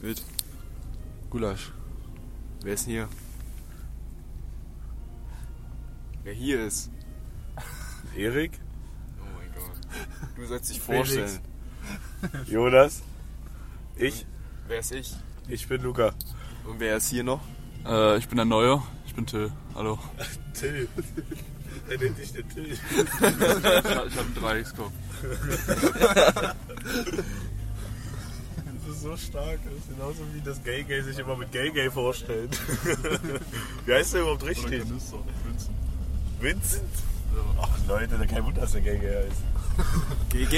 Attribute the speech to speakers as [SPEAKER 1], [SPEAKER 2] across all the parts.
[SPEAKER 1] Wild. Gulasch. Wer ist denn hier? Wer hier ist?
[SPEAKER 2] Erik?
[SPEAKER 1] Oh mein Gott. Du sollst dich
[SPEAKER 3] Felix.
[SPEAKER 1] vorstellen.
[SPEAKER 2] Jonas? Ich?
[SPEAKER 1] Wer ist ich?
[SPEAKER 2] Ich bin Luca.
[SPEAKER 1] Und wer ist hier noch?
[SPEAKER 4] Äh, ich bin der Neue. Ich bin Till. Hallo.
[SPEAKER 3] Till. Er nennt dich der Till.
[SPEAKER 4] Ich, hab- ich habe einen Dreieckskopf.
[SPEAKER 3] Das ist so stark. Das ist genauso wie das Gay Gay sich immer mit Gay Gay vorstellt. wie heißt der überhaupt richtig? Vincent? Ach Leute, da kein Wunder, dass der Gay Gay heißt.
[SPEAKER 1] GG?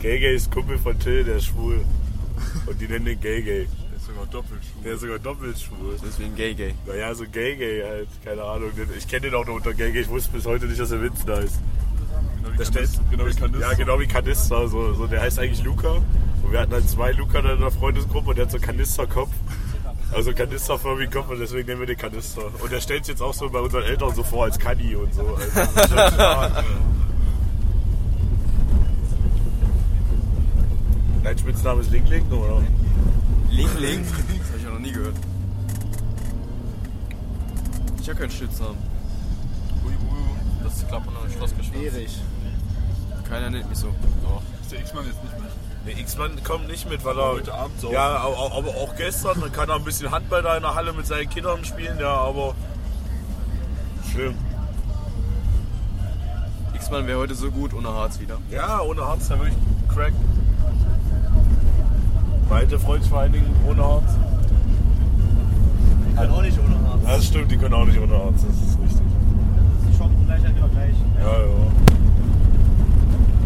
[SPEAKER 3] Gay Gay ist Kumpel von Till, der ist schwul. Und die nennen den Gay Gay.
[SPEAKER 4] Der ist sogar doppelt
[SPEAKER 3] Der ist sogar doppelt schwul.
[SPEAKER 1] Deswegen GG.
[SPEAKER 3] Naja, so Gay Gay halt. Keine Ahnung. Ich kenne den auch nur unter Gay Gay. Ich wusste bis heute nicht, dass er Vincent heißt.
[SPEAKER 4] Genau wie
[SPEAKER 3] Der steht,
[SPEAKER 4] Genau wie
[SPEAKER 3] Ja, genau wie Kanister. So, so, der heißt eigentlich Luca. Und wir hatten halt zwei Luca in der Freundesgruppe und der hat so einen Kanisterkopf. Also Kanisterförmigen Kopf und deswegen nennen wir den Kanister. Und der stellt sich jetzt auch so bei unseren Eltern so vor als Kanni und so. Also, das ist schon stark. Dein Spitzname ist Link Link, oder?
[SPEAKER 1] Link, Link? Das hab ich ja noch nie gehört. Ich hab keinen Spitznamen.
[SPEAKER 4] Das ist Klappern und Schlossgeschwür.
[SPEAKER 5] Erich.
[SPEAKER 1] Keiner nennt mich so.
[SPEAKER 4] Doch. Ist der X-Mann jetzt nicht mehr?
[SPEAKER 3] Der X-Man kommt nicht mit, weil er.
[SPEAKER 4] Heute Abend saufen.
[SPEAKER 3] Ja, aber, aber auch gestern. Dann kann er ein bisschen Handball da in der Halle mit seinen Kindern spielen, ja, aber. Schlimm.
[SPEAKER 1] X-Man wäre heute so gut ohne Harz wieder.
[SPEAKER 3] Ja, ohne Harz, da würde ich crack. Weite Freundschweinigen ohne Harz.
[SPEAKER 5] Ich kann auch nicht ohne Harz.
[SPEAKER 3] Das stimmt, die können auch nicht ohne Harz, das ist richtig.
[SPEAKER 5] Die Chancen gleich an genau gleich.
[SPEAKER 3] Ja, ja.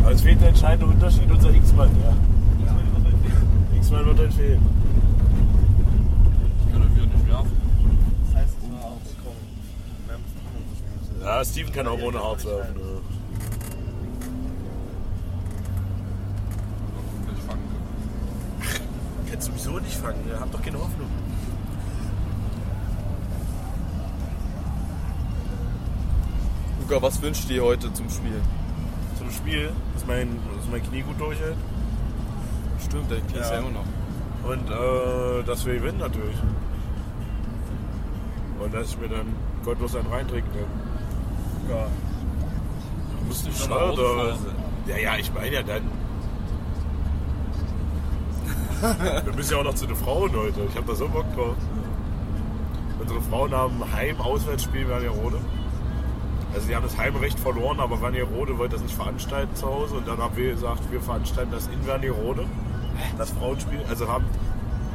[SPEAKER 3] Aber es fehlt der entscheidende Unterschied, unser X-Man, ja. X-Man wird halt fehlen.
[SPEAKER 4] Ich kann doch wieder nicht werfen.
[SPEAKER 5] Das heißt, es war auch
[SPEAKER 3] Ja, Steven kann auch ohne Harz laufen. Ja.
[SPEAKER 4] Ich fangen kann.
[SPEAKER 3] Kannst sowieso nicht fangen, ihr habt doch keine Hoffnung.
[SPEAKER 1] Luca, was wünschst du dir heute zum Spiel?
[SPEAKER 3] Zum Spiel ist mein, ist mein Knie gut durchhält.
[SPEAKER 1] Stimmt, dein Knie ist
[SPEAKER 3] Ja.
[SPEAKER 1] ja immer noch.
[SPEAKER 3] Und äh, dass wir gewinnen natürlich. Und dass ich mir dann gottlos einen reintrinken kann. Ja.
[SPEAKER 4] Du musst nicht
[SPEAKER 3] Schade.
[SPEAKER 4] ausfallen.
[SPEAKER 3] Ja, ja, ich meine ja dann. wir müssen ja auch noch zu den Frauen heute. Ich habe da so Bock drauf. Unsere Frauen haben Heim-Auswärtsspiel Wernigerode. Also die haben das Heimrecht verloren, aber Wernigerode wollte das nicht veranstalten zu Hause. Und dann haben wir gesagt, wir veranstalten das in Wernigerode. Das Frauenspiel. Also haben.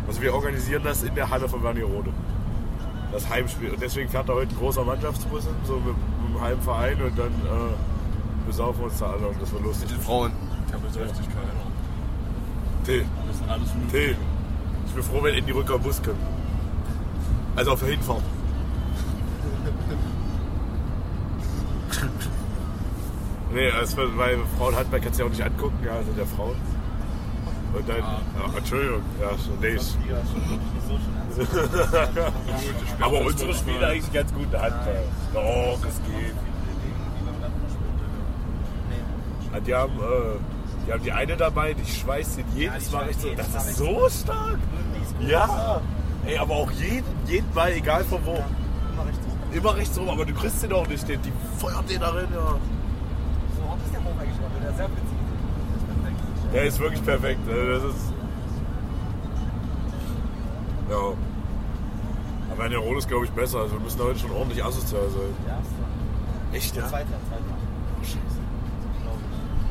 [SPEAKER 3] Also wir organisieren das in der Halle von Wernigerode. Das Heimspiel. Und deswegen fährt da heute ein großer Mannschaftsbus hin, so mit, mit dem Heimverein und dann äh, besaufen wir uns da alle und das war lustig.
[SPEAKER 1] Mit den Frauen.
[SPEAKER 4] Ich habe jetzt richtig keine Ahnung.
[SPEAKER 3] Till,
[SPEAKER 4] Das sind alles nur.
[SPEAKER 3] Till. Ich bin froh, wenn in die Rücker Bus kommt. Also auf der Hinfahrt. nee, das, war- weil Frauen hat, man kann es ja auch nicht angucken, ja, sind ja Frauen. Und dann, ach, Entschuldigung, ja, schon, nee, Ah. ich, Aber unsere Spiele eigentlich ganz gut in Hand. Doch, es geht. Ja, Ah, Die haben, äh, die haben die eine dabei, die schweißt ihn jedes Mal recht so. Das ist so stark. Ja. Ey, aber auch jeden, jeden Mal, egal von wo.
[SPEAKER 5] immer richtig.
[SPEAKER 3] Immer rechts rum, aber du kriegst den auch nicht. Den, die feuert den darin, ja.
[SPEAKER 5] So hoch ist der hoch eigentlich noch, der ist sehr witzig. Das ist perfekt.
[SPEAKER 3] Der ist wirklich perfekt. Also Das ist. Ja. Aber der Rot ist, glaube ich, besser. Also wir müssen heute schon ordentlich asozial sein.
[SPEAKER 5] Ja, ist doch.
[SPEAKER 3] Echt,
[SPEAKER 5] Der zweite, der zweite. Oh, scheiße. Glaub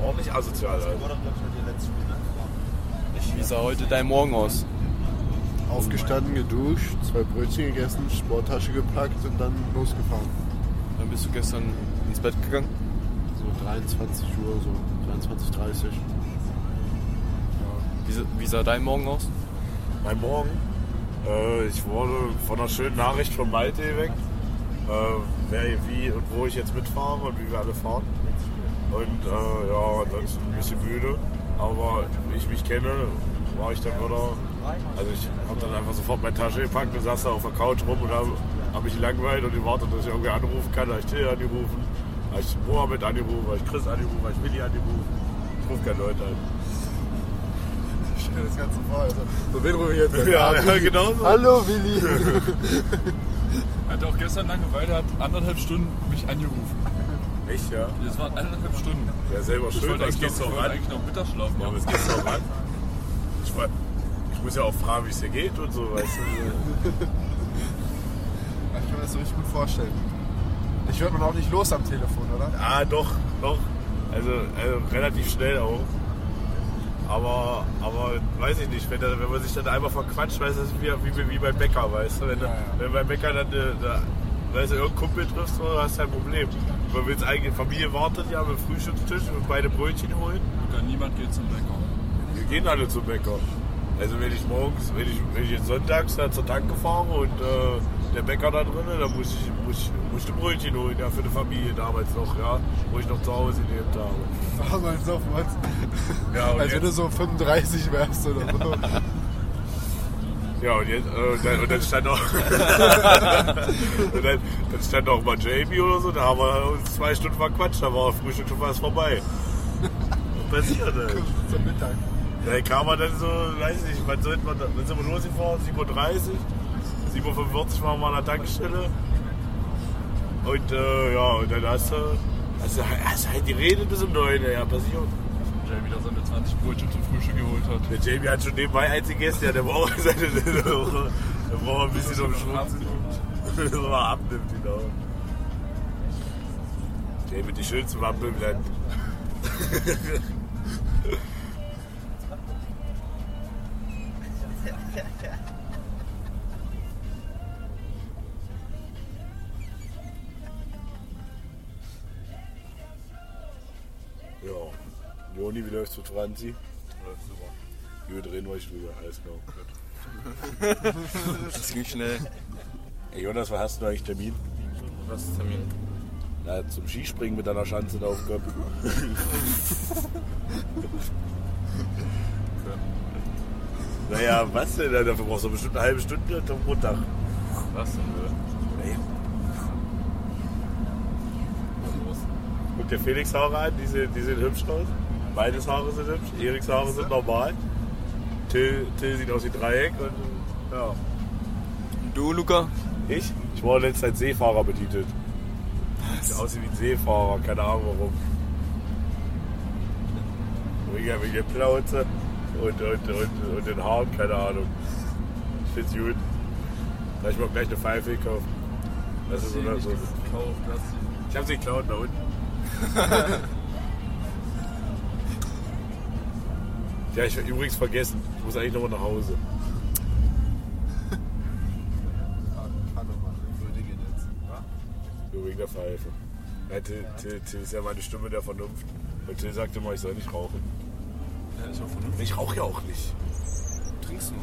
[SPEAKER 5] ich.
[SPEAKER 3] Ordentlich asozial,
[SPEAKER 5] Das
[SPEAKER 3] Alter.
[SPEAKER 5] wurde, glaube ich, heute ihr letztes Spiel, ne?
[SPEAKER 1] Wie sah heute dein Morgen aus?
[SPEAKER 6] Aufgestanden, geduscht, zwei Brötchen gegessen, Sporttasche gepackt und dann losgefahren.
[SPEAKER 1] Dann bist du gestern ins Bett gegangen.
[SPEAKER 6] So 23 Uhr, so 23, 30.
[SPEAKER 1] Wie, sa- wie sah dein Morgen aus?
[SPEAKER 3] Mein Morgen. Äh, ich wurde von einer schönen Nachricht von Malte geweckt. Äh, wer, wie und wo ich jetzt mitfahre und wie wir alle fahren. Und äh, ja, ansonsten ein bisschen müde. Aber wie ich mich kenne, war ich dann wieder. Also ich habe dann einfach sofort meine Tasche gepackt und saß da auf der Couch rum und habe hab mich langweilt und gewartet, dass ich irgendwie anrufen kann. Da habe ich Till angerufen, habe ich Mohammed angerufen, habe ich Chris angerufen, habe ich Willi angerufen. Ich rufe keine Leute an.
[SPEAKER 6] mir das Ganze vor. Also, so wen rufe ich jetzt an?
[SPEAKER 3] Ja, ja genau so.
[SPEAKER 6] Hallo Willi.
[SPEAKER 4] Hatte auch gestern Langeweile, hat anderthalb Stunden mich angerufen.
[SPEAKER 3] Ich, ja.
[SPEAKER 4] Das waren anderthalb Stunden.
[SPEAKER 3] Ja, selber
[SPEAKER 4] Ich
[SPEAKER 3] schuld,
[SPEAKER 4] wollte
[SPEAKER 3] das
[SPEAKER 4] eigentlich,
[SPEAKER 3] geht's
[SPEAKER 4] noch,
[SPEAKER 3] doch
[SPEAKER 4] wollte
[SPEAKER 3] ran.
[SPEAKER 4] eigentlich noch Mittagsschlaf
[SPEAKER 3] Ja, aber
[SPEAKER 4] machen.
[SPEAKER 3] es geht's doch ran. Ich, war- ich muss ja auch fragen, wie es dir geht und so, weißt du.
[SPEAKER 6] Ich kann mir das so richtig gut vorstellen. Ich wird man auch nicht los am Telefon, oder?
[SPEAKER 3] Ah, doch, doch. Also, also relativ schnell auch. Aber, aber weiß ich nicht, wenn, da- wenn man sich dann einmal verquatscht, weißt du, das ist wie, wie, wie beim Bäcker, weißt du. Wenn, du- wenn beim Bäcker dann, äh, da, weißt du, irgendeinen Kumpel triffst, so, hast du ein Problem. Man will eigentlich, Familie wartet ja mit Frühstückstisch und beide Brötchen holen.
[SPEAKER 4] Und dann niemand geht zum Bäcker.
[SPEAKER 3] Wir gehen alle zum Bäcker. Also wenn ich morgens, wenn ich, wenn ich jetzt sonntags da zur Tanke fahre und äh, der Bäcker da drin, dann muss ich, muss, ich- muss ich ein Brötchen holen, ja, für eine Familie damals noch, ja, wo ich noch zu Hause gelebt habe.
[SPEAKER 6] Damals noch was.
[SPEAKER 3] Ja, und
[SPEAKER 6] Als wenn du
[SPEAKER 3] jetzt,
[SPEAKER 6] so 35 wärst oder so.
[SPEAKER 3] ja, und, jetzt äh, und, dann, und dann stand auch und dann, dann stand auch mal Jamie oder so, da haben wir uns zwei Stunden verquatscht, da war das Frühstück schon fast vorbei. Was passiert denn?
[SPEAKER 6] Zum Mittag.
[SPEAKER 3] Da kam man dann so, weiß nicht, wann, sollte man, da- wann sind wir losgefahren? 7.30 Uhr, 7.45 Uhr waren wir an der Tankstelle. Und äh, ja, und dann hast du, hast du hast halt die Rede bis um 9 Uhr, ja, passiert.
[SPEAKER 4] Jamie da seine 20 Brötchen zum Frühstück geholt hat.
[SPEAKER 3] Der Jamie hat schon nebenbei eins gegessen, ja, der braucht seine, der braucht der braucht ein bisschen um Schwung. so mal abnimmt, genau. Jamie, die schönsten Wappen im Land. Ja, Joni, wie läuft's mit Franzi? Läuft super. Wir drehen euch drüber, alles klar. Gut.
[SPEAKER 1] Das ging schnell.
[SPEAKER 3] Ey, Jonas, wann hast du eigentlich Termin?
[SPEAKER 4] Was ist Termin?
[SPEAKER 3] Na, zum Skispringen mit deiner Schanze da auf dem Kopf. naja, was denn? Dafür brauchst du bestimmt eine halbe Stunde am Montag.
[SPEAKER 4] Was denn? ne?
[SPEAKER 3] Ey. Guck dir Felix Haare an, die sehen, die sehen hübsch aus. Meines Haare sind hübsch, Eriks Haare sind normal. Till, Till sieht aus wie Dreieck und ja.
[SPEAKER 1] Und du, Luca?
[SPEAKER 3] Ich? Ich wurde letztes Zeit Seefahrer betitelt. Sieht aus wie ein Seefahrer, keine Ahnung warum. Wegen der- wegen der Plauze und, und, und, und den Haaren, keine Ahnung. Ich find's gut. Soll ich mal gleich eine Pfeife gekauft? Das ist oder so.
[SPEAKER 4] Kauf, Plastik.
[SPEAKER 3] Ich hab sie geklaut da unten. ja, ich hab übrigens vergessen. Ich muss eigentlich nochmal nach Hause. Nur wegen der Pfeife. Ja, Till, Till, Till ist ja meine Stimme der Vernunft. Und Till sagte mal, ich soll nicht rauchen.
[SPEAKER 4] Ja, ich hoffe, du
[SPEAKER 3] Ich rauche ja auch nicht.
[SPEAKER 4] trinkst nur.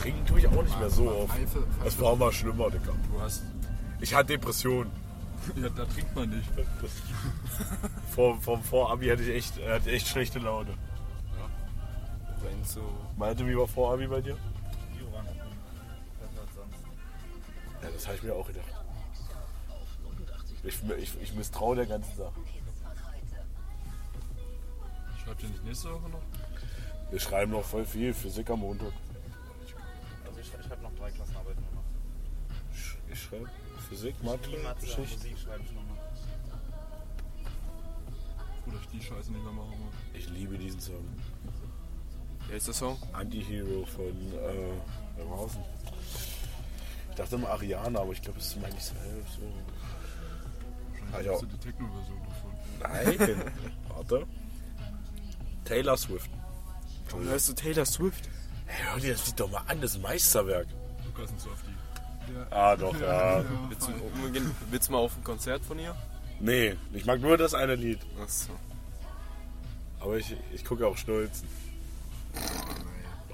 [SPEAKER 3] Trinken tue ich auch nicht mehr so oft.
[SPEAKER 6] Pfeife, Pfeife.
[SPEAKER 3] Das war mal schlimmer, Digga.
[SPEAKER 4] Du hast.
[SPEAKER 3] Ich hatte Depressionen.
[SPEAKER 4] Ja, da trinkt man nicht.
[SPEAKER 3] Vor, vor, vor Abi hatte ich echt, hatte ich echt schlechte Laune.
[SPEAKER 4] Wenn so.
[SPEAKER 3] Meinte, wie war vor Abi bei dir?
[SPEAKER 5] Die Orange. Besser als sonst.
[SPEAKER 3] Ja, das habe ich mir auch gedacht. Ich, ich, ich misstraue der ganzen Sache.
[SPEAKER 4] Schreibt ihr nicht nächste Woche noch?
[SPEAKER 3] Wir schreiben noch voll viel, Physik am Montag.
[SPEAKER 5] Also ich, ich habe noch drei Klassenarbeiten gemacht.
[SPEAKER 3] Sch- Ich schreibe Physik,
[SPEAKER 5] Chemie,
[SPEAKER 3] Mathe,
[SPEAKER 5] Mathe,
[SPEAKER 3] Geschichte.
[SPEAKER 5] Musik schreibe ich noch mal.
[SPEAKER 4] Oder ich die Scheiße nicht mehr machen muss.
[SPEAKER 3] Ich liebe diesen Song.
[SPEAKER 1] Wer ist der Song?
[SPEAKER 3] Anti-Hero von äh, Remhausen. Ich dachte immer Ariana, aber ich glaube, es ist meine ich selbst. So. Ah, ja.
[SPEAKER 4] Hast du die Techno-Version davon?
[SPEAKER 3] Nein. Warte. Taylor Swift.
[SPEAKER 1] Warum hörst du Taylor Swift?
[SPEAKER 3] Hey, hör dir das Lied doch mal an, das ist ein Meisterwerk.
[SPEAKER 4] Lukas ist so auf die.
[SPEAKER 3] Ah, doch, ja.
[SPEAKER 1] Willst du, willst du mal auf ein Konzert von ihr?
[SPEAKER 3] Nee, ich mag nur das eine Lied.
[SPEAKER 1] Achso.
[SPEAKER 3] Aber ich, ich gucke auch Schnulzen.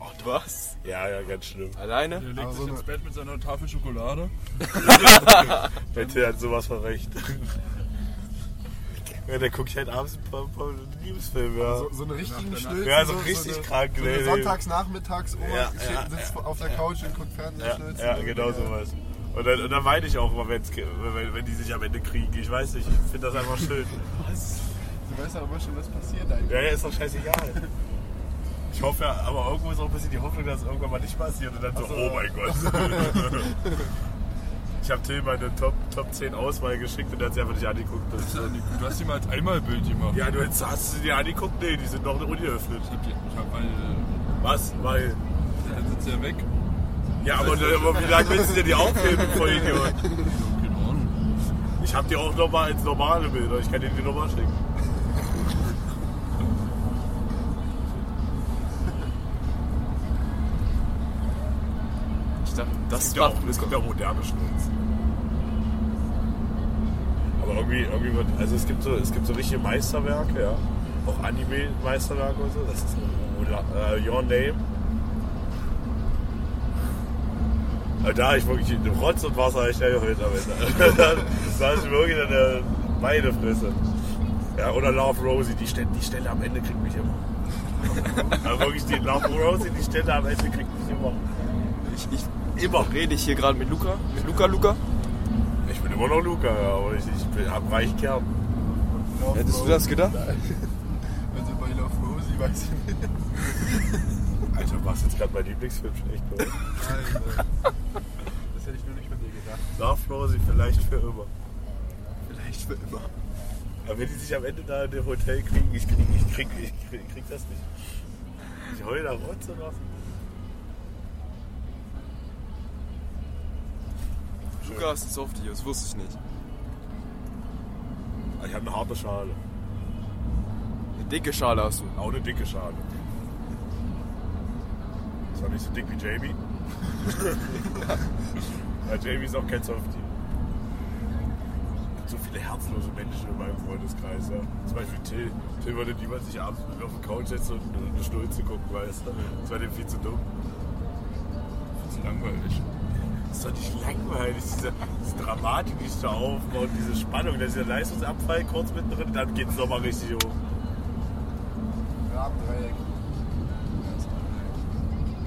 [SPEAKER 1] Oh, was?
[SPEAKER 3] Ja, ja, ganz schlimm.
[SPEAKER 1] Alleine?
[SPEAKER 4] Er legt
[SPEAKER 3] Ah,
[SPEAKER 4] sich ins Bett mit seiner Tafel Schokolade.
[SPEAKER 3] Der Till hat sowas von recht. ja, der guckt halt abends ein paar, paar Liebesfilme, ja.
[SPEAKER 6] So, so einen richtigen
[SPEAKER 4] Ja,
[SPEAKER 6] Schnülzen.
[SPEAKER 3] ja, so richtig krank,
[SPEAKER 6] So
[SPEAKER 3] ne?
[SPEAKER 6] eine Sonntagsnachmittags oh,
[SPEAKER 3] Ja, ja,
[SPEAKER 6] sitzt auf der Couch und guckt Fernsehen Schnülzen.
[SPEAKER 3] ja, ja, genau sowas. Und dann, und dann weine ich auch mal, wenn's, ge- wenn, wenn die sich am Ende kriegen. Ich weiß nicht, ich finde das einfach schön.
[SPEAKER 6] Du weißt aber schon, was passiert eigentlich.
[SPEAKER 3] Ja, ja, ist doch scheißegal. Ich Ich hoffe ja, aber irgendwo ist auch ein bisschen die Hoffnung, dass es irgendwann mal nicht passiert und dann so, oh mein Gott. ich habe Till meine Top, Top 10 Auswahl geschickt und er hat sie einfach nicht angeguckt. Das-
[SPEAKER 4] Du hast ihm halt einmal ein Bild gemacht.
[SPEAKER 3] Ja, du hast, hast du sie dir angeguckt? Nee, die sind noch ungeöffnet.
[SPEAKER 4] Ich hab, die- ich hab äh, meine.
[SPEAKER 3] Was? Weil.
[SPEAKER 4] Dann sitzt er weg.
[SPEAKER 3] Ja, aber, äh, aber wie lange willst du dir die aufheben, Vollidiot?
[SPEAKER 4] Keine Ahnung.
[SPEAKER 3] Ich hab die auch nochmal als normale Bilder. Ich kann dir die nochmal schicken.
[SPEAKER 1] Ich dachte,
[SPEAKER 3] Es
[SPEAKER 1] das
[SPEAKER 3] gibt ja
[SPEAKER 1] war.
[SPEAKER 3] auch, es gibt ja auch moderne Schnulls. Aber irgendwie, irgendwie wird, also es gibt so, es gibt so richtige Meisterwerke, ja. Auch Anime-Meisterwerke und so. Das ist äh, Your Name. Aber Also da ich wirklich in Rotz und Wasser ich schnell heute damit. da ist wirklich eine meine Fresse. Ja, oder Love Rosie, die Stelle, die Stelle am Ende kriegt mich immer. Aber wirklich die Love Rosie, die Stelle am Ende kriegt mich immer.
[SPEAKER 1] Ich, ich, immer rede ich hier gerade mit Luca. Mit Luca, Luca.
[SPEAKER 3] Ich bin immer noch Luca, ja, aber ich, ich bin am reichen Kern.
[SPEAKER 1] Hättest du das gedacht?
[SPEAKER 4] Also bei Love Rosie weiß ich nicht.
[SPEAKER 3] Alter, du machst jetzt gerade mein Lieblingsfilm schlecht, oder?
[SPEAKER 4] Das hätte ich nur nicht von dir gedacht.
[SPEAKER 3] Love Rosie, vielleicht für immer.
[SPEAKER 4] Vielleicht für immer.
[SPEAKER 3] Aber wenn die sich am Ende da in dem Hotel kriegen, ich krieg, ich krieg, ich krieg, ich krieg das nicht. Ich heule da Rotz oder was?
[SPEAKER 1] Luca ist jetzt auf dich, das wusste ich nicht.
[SPEAKER 3] Ah, Ich habe eine harte Schale.
[SPEAKER 1] Eine dicke Schale hast du.
[SPEAKER 3] Auch eine dicke Schale. Ist auch nicht so dick wie Jamie. Weil Jamie ist auch kein Softie. So viele herzlose Menschen in meinem Freundeskreis, ja. Zum Beispiel Till. Till würde niemals sich abends mit mir auf die Couch setzen und eine Schnulze gucken, weißt du. Das war dem viel zu dumm.
[SPEAKER 4] Das ist langweilig.
[SPEAKER 3] Das ist doch nicht langweilig, diese, diese Dramatik, die sich da aufbaut, diese Spannung, da ist der Leistungsabfall kurz mittendrin, dann geht es nochmal richtig hoch.
[SPEAKER 5] Rahmendreieck.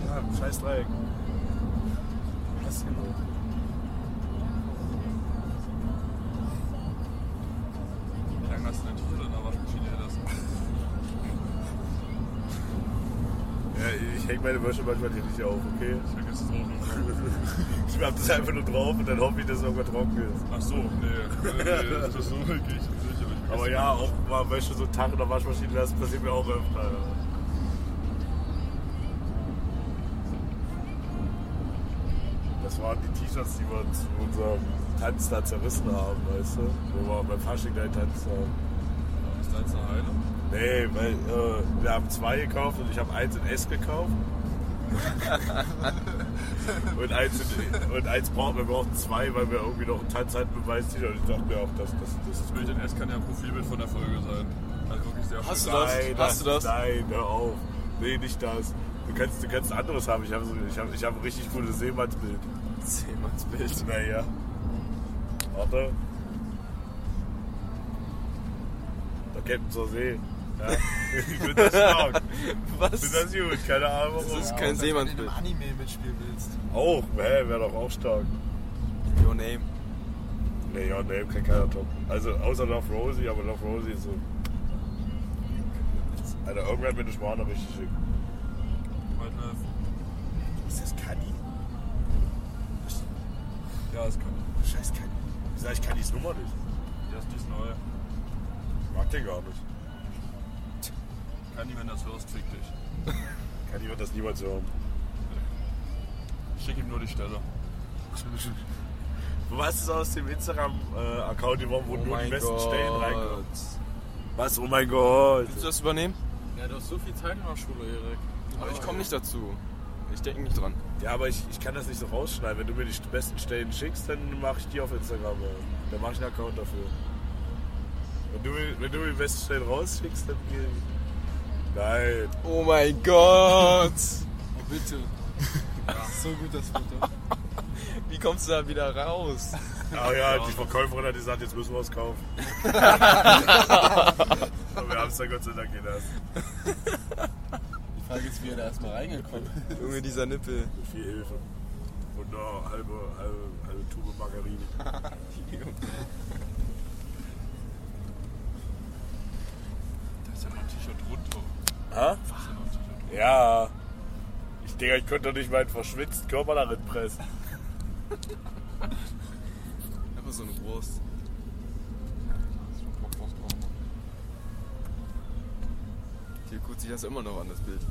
[SPEAKER 3] Ja, scheiß Dreieck. Was genau?
[SPEAKER 4] Wie lange hast du denn Tiere in der Waschmaschine gelassen?
[SPEAKER 3] Ja, ich hänge meine Wäsche manchmal nicht richtig auf, okay?
[SPEAKER 4] Ich vergesse es auch noch.
[SPEAKER 3] Ich hab das einfach nur drauf und dann hoffe ich, dass es irgendwann trocken ist.
[SPEAKER 4] Ach so, nee. nee das ist so wirklich sicher.
[SPEAKER 3] Aber ja, auch mal Wäsche so einen Tag in der Waschmaschine lassen, passiert mir auch öfter. Das waren die T-Shirts, die wir zu unserem Tanz da zerrissen haben, weißt du? Wo wir beim Fasching da tanzt haben.
[SPEAKER 4] Ist da jetzt eine Heile?
[SPEAKER 3] Nee, weil äh, wir haben zwei gekauft und ich habe eins in S gekauft. und eins, in, E. und eins brauchen wir brauchen zwei, weil wir irgendwie noch einen Tanz hatten mit weiß nicht. Und ich dachte mir auch, das, das, das ist
[SPEAKER 4] Das Bild in S kann ja ein Profilbild von der Folge sein. Also wirklich sehr
[SPEAKER 1] Hast du
[SPEAKER 4] schön.
[SPEAKER 1] das? Hast du das?
[SPEAKER 3] Nein, hör auf. Nee, nicht das. Du kannst, du kannst anderes haben. Ich habe so, ich hab, ich hab ein richtig gutes Seemannsbild.
[SPEAKER 1] Seemannsbild.
[SPEAKER 3] Naja. Warte. Da kennt zur See. Ja. ich bin das stark. Ich bin
[SPEAKER 1] Was?
[SPEAKER 3] das gut. Keine Ahnung warum.
[SPEAKER 1] Das ist kein
[SPEAKER 5] Wenn du in
[SPEAKER 1] Seemannsbild.
[SPEAKER 5] einem Anime mitspielen willst.
[SPEAKER 3] Auch, hä, wäre doch auch stark.
[SPEAKER 1] Your name.
[SPEAKER 3] Nee, ja, nee, kann keiner top. Also außer Love Rosie, aber Love Rosie ist so. Alter, irgendwann wird eine Schwane richtig schick.
[SPEAKER 4] Wildlife. ne?
[SPEAKER 3] Ist das Kadi?
[SPEAKER 4] Ja, es kann.
[SPEAKER 3] Scheiß Kadi. Wieso ich Kadis Nummer nicht?
[SPEAKER 4] Das ist neu.
[SPEAKER 3] Ich mag den gar nicht.
[SPEAKER 4] Kann die, wenn das hörst, fick dich.
[SPEAKER 3] Kadi wird das niemals hören.
[SPEAKER 4] Schick ihm nur die Stelle.
[SPEAKER 3] Du weißt es aus dem Instagram-Account, die
[SPEAKER 1] Oh
[SPEAKER 3] wo nur die besten Stellen reinkommen. Oh Was? Oh mein Gott.
[SPEAKER 1] Willst du das übernehmen?
[SPEAKER 4] Ja, du hast so viel Zeit in der Schule, Erik.
[SPEAKER 1] Aber ich komme nicht dazu. Ich denke nicht dran.
[SPEAKER 3] Ja, aber ich, ich kann das nicht so rausschneiden. Wenn du mir die besten Stellen schickst, dann mache ich die auf Instagram. Ja. Dann mache ich einen Account dafür. Wenn du, mir- wenn du mir die besten Stellen rausschickst, dann gehe ich. Nein.
[SPEAKER 1] Oh mein Gott!
[SPEAKER 4] Oh, bitte.
[SPEAKER 5] So gut das Foto.
[SPEAKER 1] Wie kommst du da wieder raus?
[SPEAKER 3] Ah ja, die Verkäuferin hat gesagt, jetzt müssen wir es kaufen. aber wir haben es dann Gott sei Dank gelassen.
[SPEAKER 5] Die Frage ist, wie er da erstmal reingekommen ist.
[SPEAKER 1] Junge, dieser Nippel.
[SPEAKER 3] Mit viel Hilfe. Und eine halbe, halbe, halbe Tube Margarine.
[SPEAKER 4] Da ist ja noch ein T-Shirt drunter.
[SPEAKER 3] Hä?
[SPEAKER 4] Da ist ja noch ein T-Shirt drunter.
[SPEAKER 3] Ja. Ich denke, ich könnte doch nicht meinen verschwitzten Körper darin pressen.
[SPEAKER 1] Einfach so eine Wurst. Hier guckt sich das immer noch an, das Bild.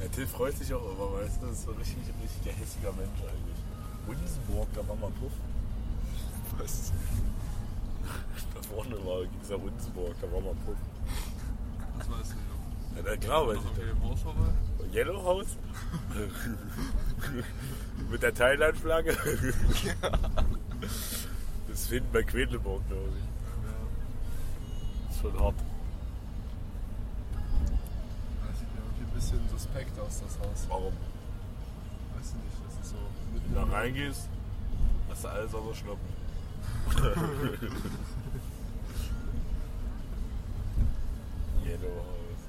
[SPEAKER 3] Ja, Till freut sich auch immer, weißt du? Das ist so ein richtig, richtig hässiger Mensch eigentlich. Unsenburg, da war mal Puff.
[SPEAKER 1] Was?
[SPEAKER 3] Da vorne war dieser Unsenburg, da war mal Puff.
[SPEAKER 4] Das weiß ich nicht.
[SPEAKER 3] Ja, na klar, weiß
[SPEAKER 4] Noch
[SPEAKER 3] ich
[SPEAKER 4] irgendwie Wurst vorbei?
[SPEAKER 3] das. Yellow House? Mit der Thailand-Flagge? das ist hinten bei Quedlinburg, glaube ich. Ist schon hart.
[SPEAKER 6] Das sieht irgendwie ein bisschen suspekt aus, das Haus.
[SPEAKER 3] Warum?
[SPEAKER 6] Weiß ich nicht, das ist so
[SPEAKER 3] Wenn du da reingehst, hast du alles sauber schnappen. Yellow House.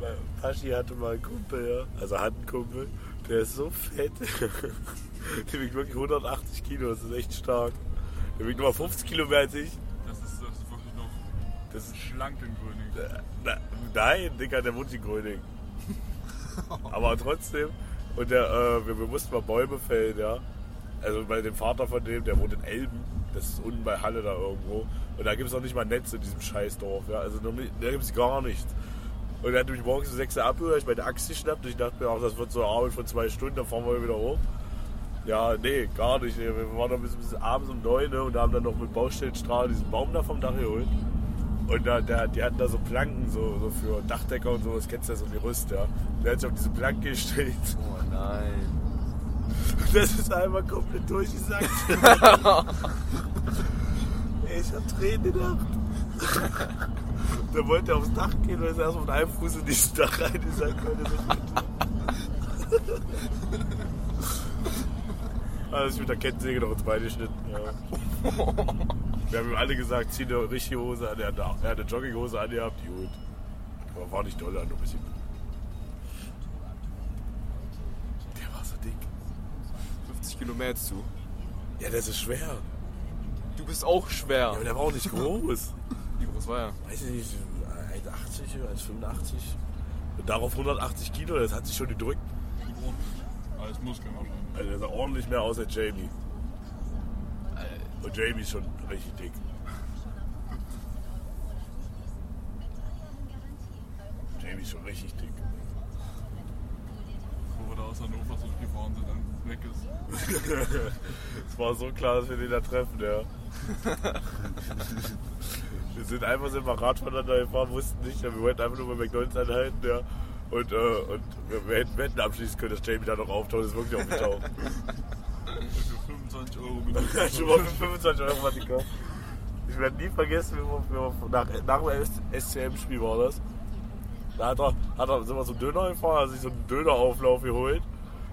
[SPEAKER 3] Mein Paschi hatte mal einen Kumpel, ja. Also hat einen Kumpel. Der ist so fett. Der wiegt wirklich 180 Kilo, das ist echt stark. Der wiegt nochmal 50 Kilo mehr als ich.
[SPEAKER 4] Das ist, das ist wirklich noch
[SPEAKER 3] Das ist
[SPEAKER 4] schlank in Gröning.
[SPEAKER 3] Na, nein, Digga, der wohnt in Gröning. Aber trotzdem, und der, äh, wir, wir mussten mal Bäume fällen, ja. Also bei dem Vater von dem, der wohnt in Elben, das ist unten bei Halle da irgendwo. Und da gibt es noch nicht mal ein Netz in diesem Scheißdorf, ja. Also noch nicht- da gibt es gar nichts. Und er hat mich morgens um 6 Uhr abgehört, ich meine Axt geschnappt und ich dachte mir, ach, das wird so eine Arbeit von zwei Stunden, dann fahren wir wieder hoch. Ja, nee, gar nicht. Nee. Wir waren noch bis, bis abends um 9 ne, und haben dann noch mit Baustellenstrahl diesen Baum da vom Dach geholt. Und da, da, die hatten da so Planken so, so für Dachdecker und so, das kennst du ja so die Rüst, ja. Und der hat sich auf diese Planke gestellt.
[SPEAKER 1] Oh nein.
[SPEAKER 3] Und das ist einmal komplett durchgesackt. Ey, ich hab Tränen gedacht. da wollte er aufs Dach gehen und ist erst mit einem Fuß in dieses Dach rein und sagt, Leute, das ist mit. Also ich mit der Kettensäge noch ins Bein geschnitten. Ja. Wir haben ihm alle gesagt, zieh eine richtige Hose an. Er hat eine, er hat eine Jogginghose angehabt, gut. Aber war nicht doll an, nur ein bisschen. Der war so dick.
[SPEAKER 1] 50 Kilo mehr jetzt du.
[SPEAKER 3] Ja, das ist schwer.
[SPEAKER 1] Du bist auch
[SPEAKER 3] Ja, aber
[SPEAKER 1] schwer.
[SPEAKER 3] der war auch nicht groß.
[SPEAKER 1] Wie groß war er?
[SPEAKER 3] Weiß ich nicht, 1,80 oder 1,85. Und darauf 180 Kilo, das hat sich schon gedrückt.
[SPEAKER 4] Alles Muskeln wahrscheinlich.
[SPEAKER 3] Also der sah ordentlich mehr aus als Jamie. Und Jamie ist schon richtig dick. Jamie ist schon richtig dick.
[SPEAKER 4] Wo wir da aus Hannover zurückgefahren sind und weg ist.
[SPEAKER 3] Es war so klar, dass wir den da treffen, ja. wir sind einfach separat voneinander gefahren, wussten nicht, ja, wir wollten einfach nur bei McDonalds anhalten, ja. Und, äh, und wir, wir hätten Wetten abschließen können, dass Jamie da noch auftaucht, ist wirklich aufgetaucht.
[SPEAKER 4] Für 25 Euro bin ich.
[SPEAKER 3] Ja, ich habe 25 Euro was gekauft. Ich werde nie vergessen, wie wir, wie wir nach, nach dem SCM-Spiel war das. Da hat er, hat er, sind wir zum Döner gefahren, hat sich so einen Dönerauflauf geholt,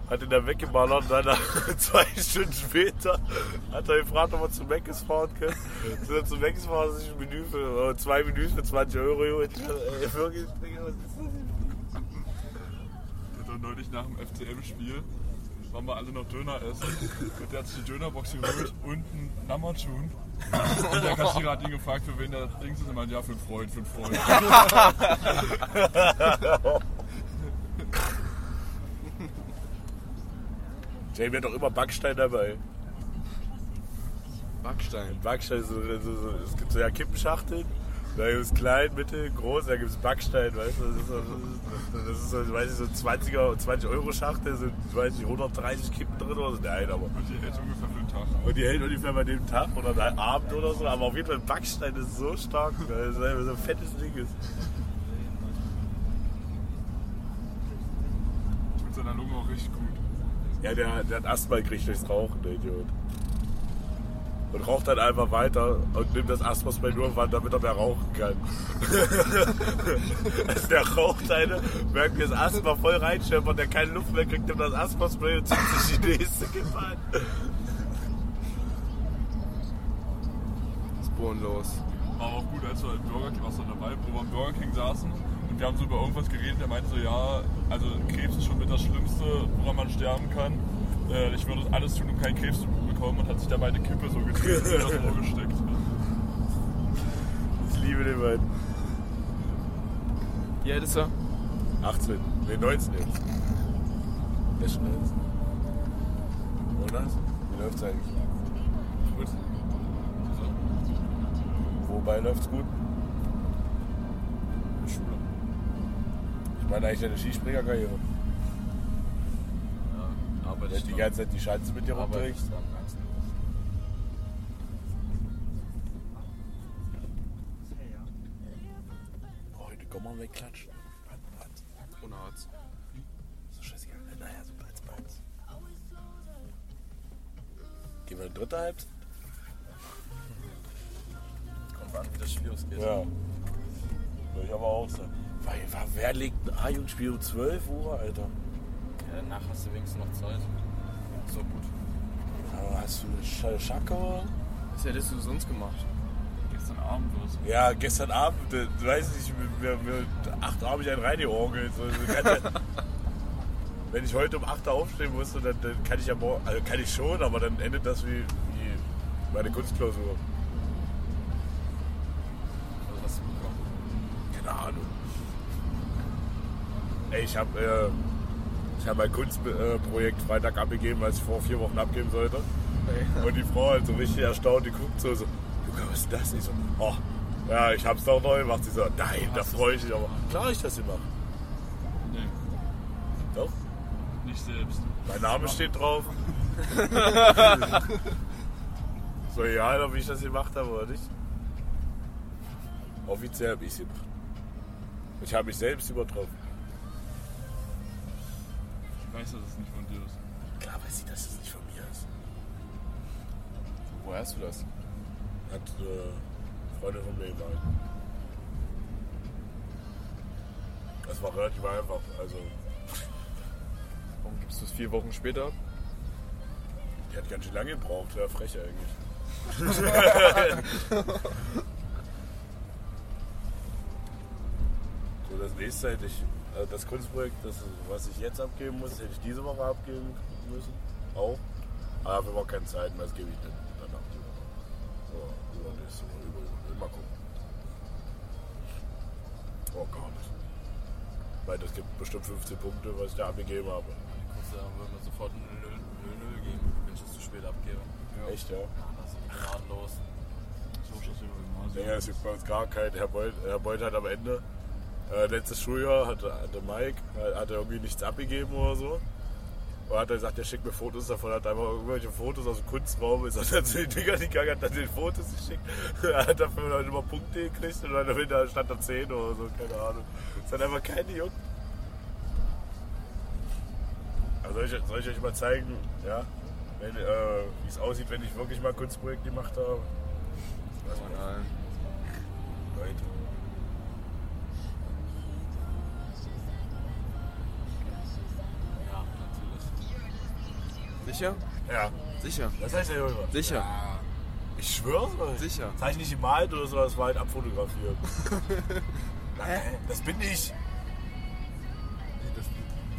[SPEAKER 3] hat ihn dann weggeballert und dann nach- zwei Stunden später hat er gefragt, ob wir zu Mc's fahren können. Sind wir zu Mc's gefahren, hat sich ein Menü für, äh, zwei Menüs für 20 Euro geholt. Ich dachte, ey, wirklich, Digga, was ist das denn?
[SPEAKER 4] Der hat doch neulich nach dem FCM-Spiel waren wir alle noch Döner essen. Und der hat sich die Dönerbox geholt und einen Namatschuhn. Und der Kassierer hat ihn gefragt, für wen der Dings ist. Er meinte, ja, für einen Freund, für einen Freund.
[SPEAKER 3] Jamie hat doch immer Backstein dabei.
[SPEAKER 1] Backstein.
[SPEAKER 3] Backstein, so, so, so, es gibt so ja Kippenschachteln. Da gibt es klein, mittel, groß, da gibt es Backstein, weißt du? Das ist so, das ist so, ich weiß nicht, so 20er, 20 Euro Schachtel, sind, ich weiß nicht, 130 Kippen drin oder so. Nein, aber.
[SPEAKER 4] Und die hält ungefähr für einen Tag.
[SPEAKER 3] Und die hält ungefähr bei dem Tag oder am Abend oder so, aber auf jeden Fall Backstein ist so stark, weil es einfach so ein fettes Ding ist.
[SPEAKER 4] Tut seiner Lunge auch richtig gut.
[SPEAKER 3] Ja, der, der hat Asthma gekriegt durchs Rauchen, der Idiot. Und raucht dann einfach weiter und nimmt das Asthma-Spray nur, weil- damit er mehr rauchen kann. also der raucht eine, merkt das Asthma voll reinschöpfert, der keine Luft mehr kriegt, nimmt das Asthma-Spray und zieht sich die nächste Kippe an.
[SPEAKER 1] Ist bodenlos.
[SPEAKER 4] War auch gut, als wir im Burger King, was wir dabei, wo wir im Burger King saßen und Und wir haben so über irgendwas geredet. Er meinte so, ja, also Krebs ist schon mit das Schlimmste, woran man sterben kann. Äh, ich würde alles tun, um keinen Krebs zu bekommen und hat sich dabei eine Kippe so getreten und in das Ohr gesteckt.
[SPEAKER 3] Ich liebe den beiden.
[SPEAKER 1] Wie alt ist er?
[SPEAKER 3] 18. Nee, 19 jetzt. Der ist schon 19. Oder? Wie läuft's eigentlich? Gut. Wobei läuft's gut? In der Schule. Ich meine eigentlich deine Skispringerkarriere.
[SPEAKER 1] Aber
[SPEAKER 3] Der hat die ganze Zeit die Schanze mit dir rumträgt. Oh, heute komm mal wegklatschen. Mann, Mann.
[SPEAKER 1] Ohne Arzt.
[SPEAKER 3] So scheißegal.
[SPEAKER 1] Äh,
[SPEAKER 3] Naja, so bald, bald. Gehen wir in die dritte Halbzeit?
[SPEAKER 1] Kommt an, wie das Spiel ausgeht.
[SPEAKER 3] Ja. Würde ich aber auch sagen. Weil, wa- wer legt ein A-Jugendspiel um 12 Uhr, Alter?
[SPEAKER 1] Ja, danach hast du wenigstens noch Zeit. So gut.
[SPEAKER 3] Aber hast du eine Sch- Schacke?
[SPEAKER 1] Was hättest du sonst gemacht?
[SPEAKER 4] Gestern Abend war es.
[SPEAKER 3] Ja, gestern Abend, äh, weiß ich nicht, mit, mit, mit 8 Uhr habe ich ein reingeorgelt. So, so kann ja- Wenn ich heute um 8 Uhr aufstehen musste, dann, dann kann ich ja morgen, also kann ich schon, aber dann endet das wie, wie meine Kunstklausur.
[SPEAKER 1] Also was mitbekommen?
[SPEAKER 3] Keine Ahnung. Ey, ich habe äh, ich hab mein Kunstprojekt Freitag abgegeben, was ich vor vier Wochen abgeben sollte. Und die Frau halt so richtig erstaunt, die guckt so, so Luca, was ist das? Ich so, oh, ja, ich hab's doch neu gemacht. Sie so, nein, da freue ich mich aber. Klar, ich das gemacht.
[SPEAKER 4] Nee,
[SPEAKER 3] Doch,
[SPEAKER 4] nicht selbst.
[SPEAKER 3] mein Name steht drauf. so egal, ob ich das gemacht habe oder nicht. Offiziell habe ich es gemacht. Ich habe mich selbst übertroffen.
[SPEAKER 4] Ich weiß, dass es nicht von dir ist.
[SPEAKER 3] Klar weiß ich, dass es nicht von mir ist.
[SPEAKER 1] Woher hast du das?
[SPEAKER 3] Hat äh, Freunde von mir gemacht. Das war relativ einfach. Also,
[SPEAKER 1] Warum gibst du es vier Wochen später ab?
[SPEAKER 3] die hat ganz schön lange gebraucht. Ja, frech eigentlich. so, das nächste hätte ich, also das Kunstprojekt, das, was ich jetzt abgeben muss, hätte ich diese Woche abgeben müssen. Auch. Aber dafür war keine Zeit mehr, das gebe ich dann danach. So, übernächste Woche, über, mal gucken. Oh Gott. Weil das gibt bestimmt 15 Punkte, was ich da abgegeben habe.
[SPEAKER 1] Kannst du ja, würden wir sofort einen Null- Null Null geben, wenn ich das zu spät abgebe.
[SPEAKER 3] Echt, ja?
[SPEAKER 1] Das ist gnadenlos.
[SPEAKER 4] So ist das über Gymnasium.
[SPEAKER 3] Naja, es gibt bei uns gar keinen. Herr Beuth, Herr Beuth hat am Ende, äh, letztes Schuljahr, hatte, hatte Mike, äh, hat er irgendwie nichts abgegeben oder so. Und hat er gesagt, er schickt mir Fotos davon, hat einfach irgendwelche Fotos aus dem Kunstraum, ist dann zu den Dinger gegangen, hat dann den Fotos geschickt, hat dafür dann immer Punkte gekriegt und dann am Ende stand da 10 oder so, keine Ahnung. Es hat einfach keine Juck. Also soll ich, soll ich euch mal zeigen, ja, wenn, äh, wie es aussieht, wenn ich wirklich mal ein Kunstprojekt gemacht habe?
[SPEAKER 1] Oh nein.
[SPEAKER 3] Leute.
[SPEAKER 1] Ja, natürlich. Sicher?
[SPEAKER 3] Ja.
[SPEAKER 1] Sicher.
[SPEAKER 3] Das heißt ja immer.
[SPEAKER 1] Sicher.
[SPEAKER 3] Ich schwör's euch.
[SPEAKER 1] Sicher.
[SPEAKER 3] Das habe ich nicht gemalt oder so, das war halt abfotografiert. Nein, das bin ich.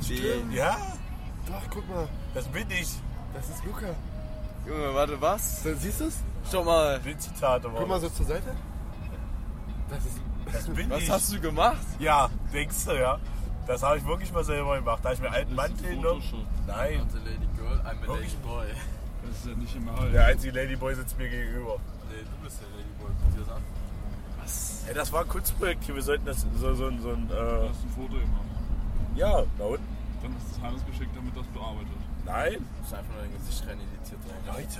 [SPEAKER 1] Den.
[SPEAKER 3] Ja,
[SPEAKER 6] Doch, guck mal,
[SPEAKER 3] das bin ich.
[SPEAKER 6] das ist Luca.
[SPEAKER 1] Junge, warte, was?
[SPEAKER 6] Da, siehst du es?
[SPEAKER 1] Schau mal.
[SPEAKER 3] Bildzitate war
[SPEAKER 6] Guck mal
[SPEAKER 3] das.
[SPEAKER 6] so zur Seite. Das ist.
[SPEAKER 3] Das bin
[SPEAKER 1] Was
[SPEAKER 3] ich.
[SPEAKER 1] hast du gemacht?
[SPEAKER 3] Ja, denkst du, ja. Das habe ich wirklich mal selber gemacht. Da habe ich mir einen alten Mantel genommen.
[SPEAKER 4] Photoshop.
[SPEAKER 3] Nein.
[SPEAKER 1] a lady girl, I'm a
[SPEAKER 3] Wirklich?
[SPEAKER 1] boy.
[SPEAKER 4] Das ist ja nicht immer.
[SPEAKER 3] Der einzige Ladyboy sitzt mir gegenüber.
[SPEAKER 1] Nee, du bist der lady boy. Guck dir das an.
[SPEAKER 3] Ey, das war ein Kunstprojekt hier. Wir sollten das so, so, ein- so ein.
[SPEAKER 4] Du
[SPEAKER 3] Äh,
[SPEAKER 4] hast ein Foto gemacht.
[SPEAKER 3] ja, da unten.
[SPEAKER 4] Dann hast du es Hannes geschickt, damit das bearbeitet.
[SPEAKER 3] Nein.
[SPEAKER 1] Du bist einfach nur dein Gesicht rein editiert.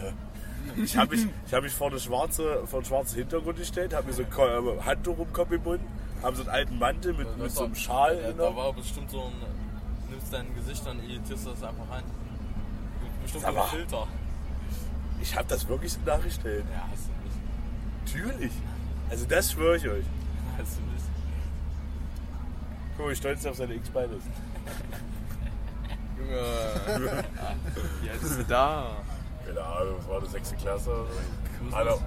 [SPEAKER 3] Leute. Ich habe mich, ich hab mich vor, eine schwarze, vor einen schwarzen Hintergrund gestellt, habe mir so ein Ko- äh, Handtuch um den Kopf gebunden, habe so einen alten Mantel mit, mit so einem Schal
[SPEAKER 1] Ja, da
[SPEAKER 3] genommen.
[SPEAKER 1] war bestimmt so ein. Nimmst dein Gesicht, dann editierst du das einfach rein. Gibt Bestimmt so
[SPEAKER 3] Sag
[SPEAKER 1] einen
[SPEAKER 3] mal.
[SPEAKER 1] Filter.
[SPEAKER 3] Ich habe das wirklich so nachgestellt.
[SPEAKER 1] Ja, hast du nicht.
[SPEAKER 3] Natürlich. Also das schwöre ich euch.
[SPEAKER 1] Hast du nicht.
[SPEAKER 3] Guck mal, wie stolz er auf seine X-Beine ist.
[SPEAKER 1] Junge. Wie alt ist denn da?
[SPEAKER 3] Keine Ahnung, das war eine sechste Klasse. oder so. Hallo.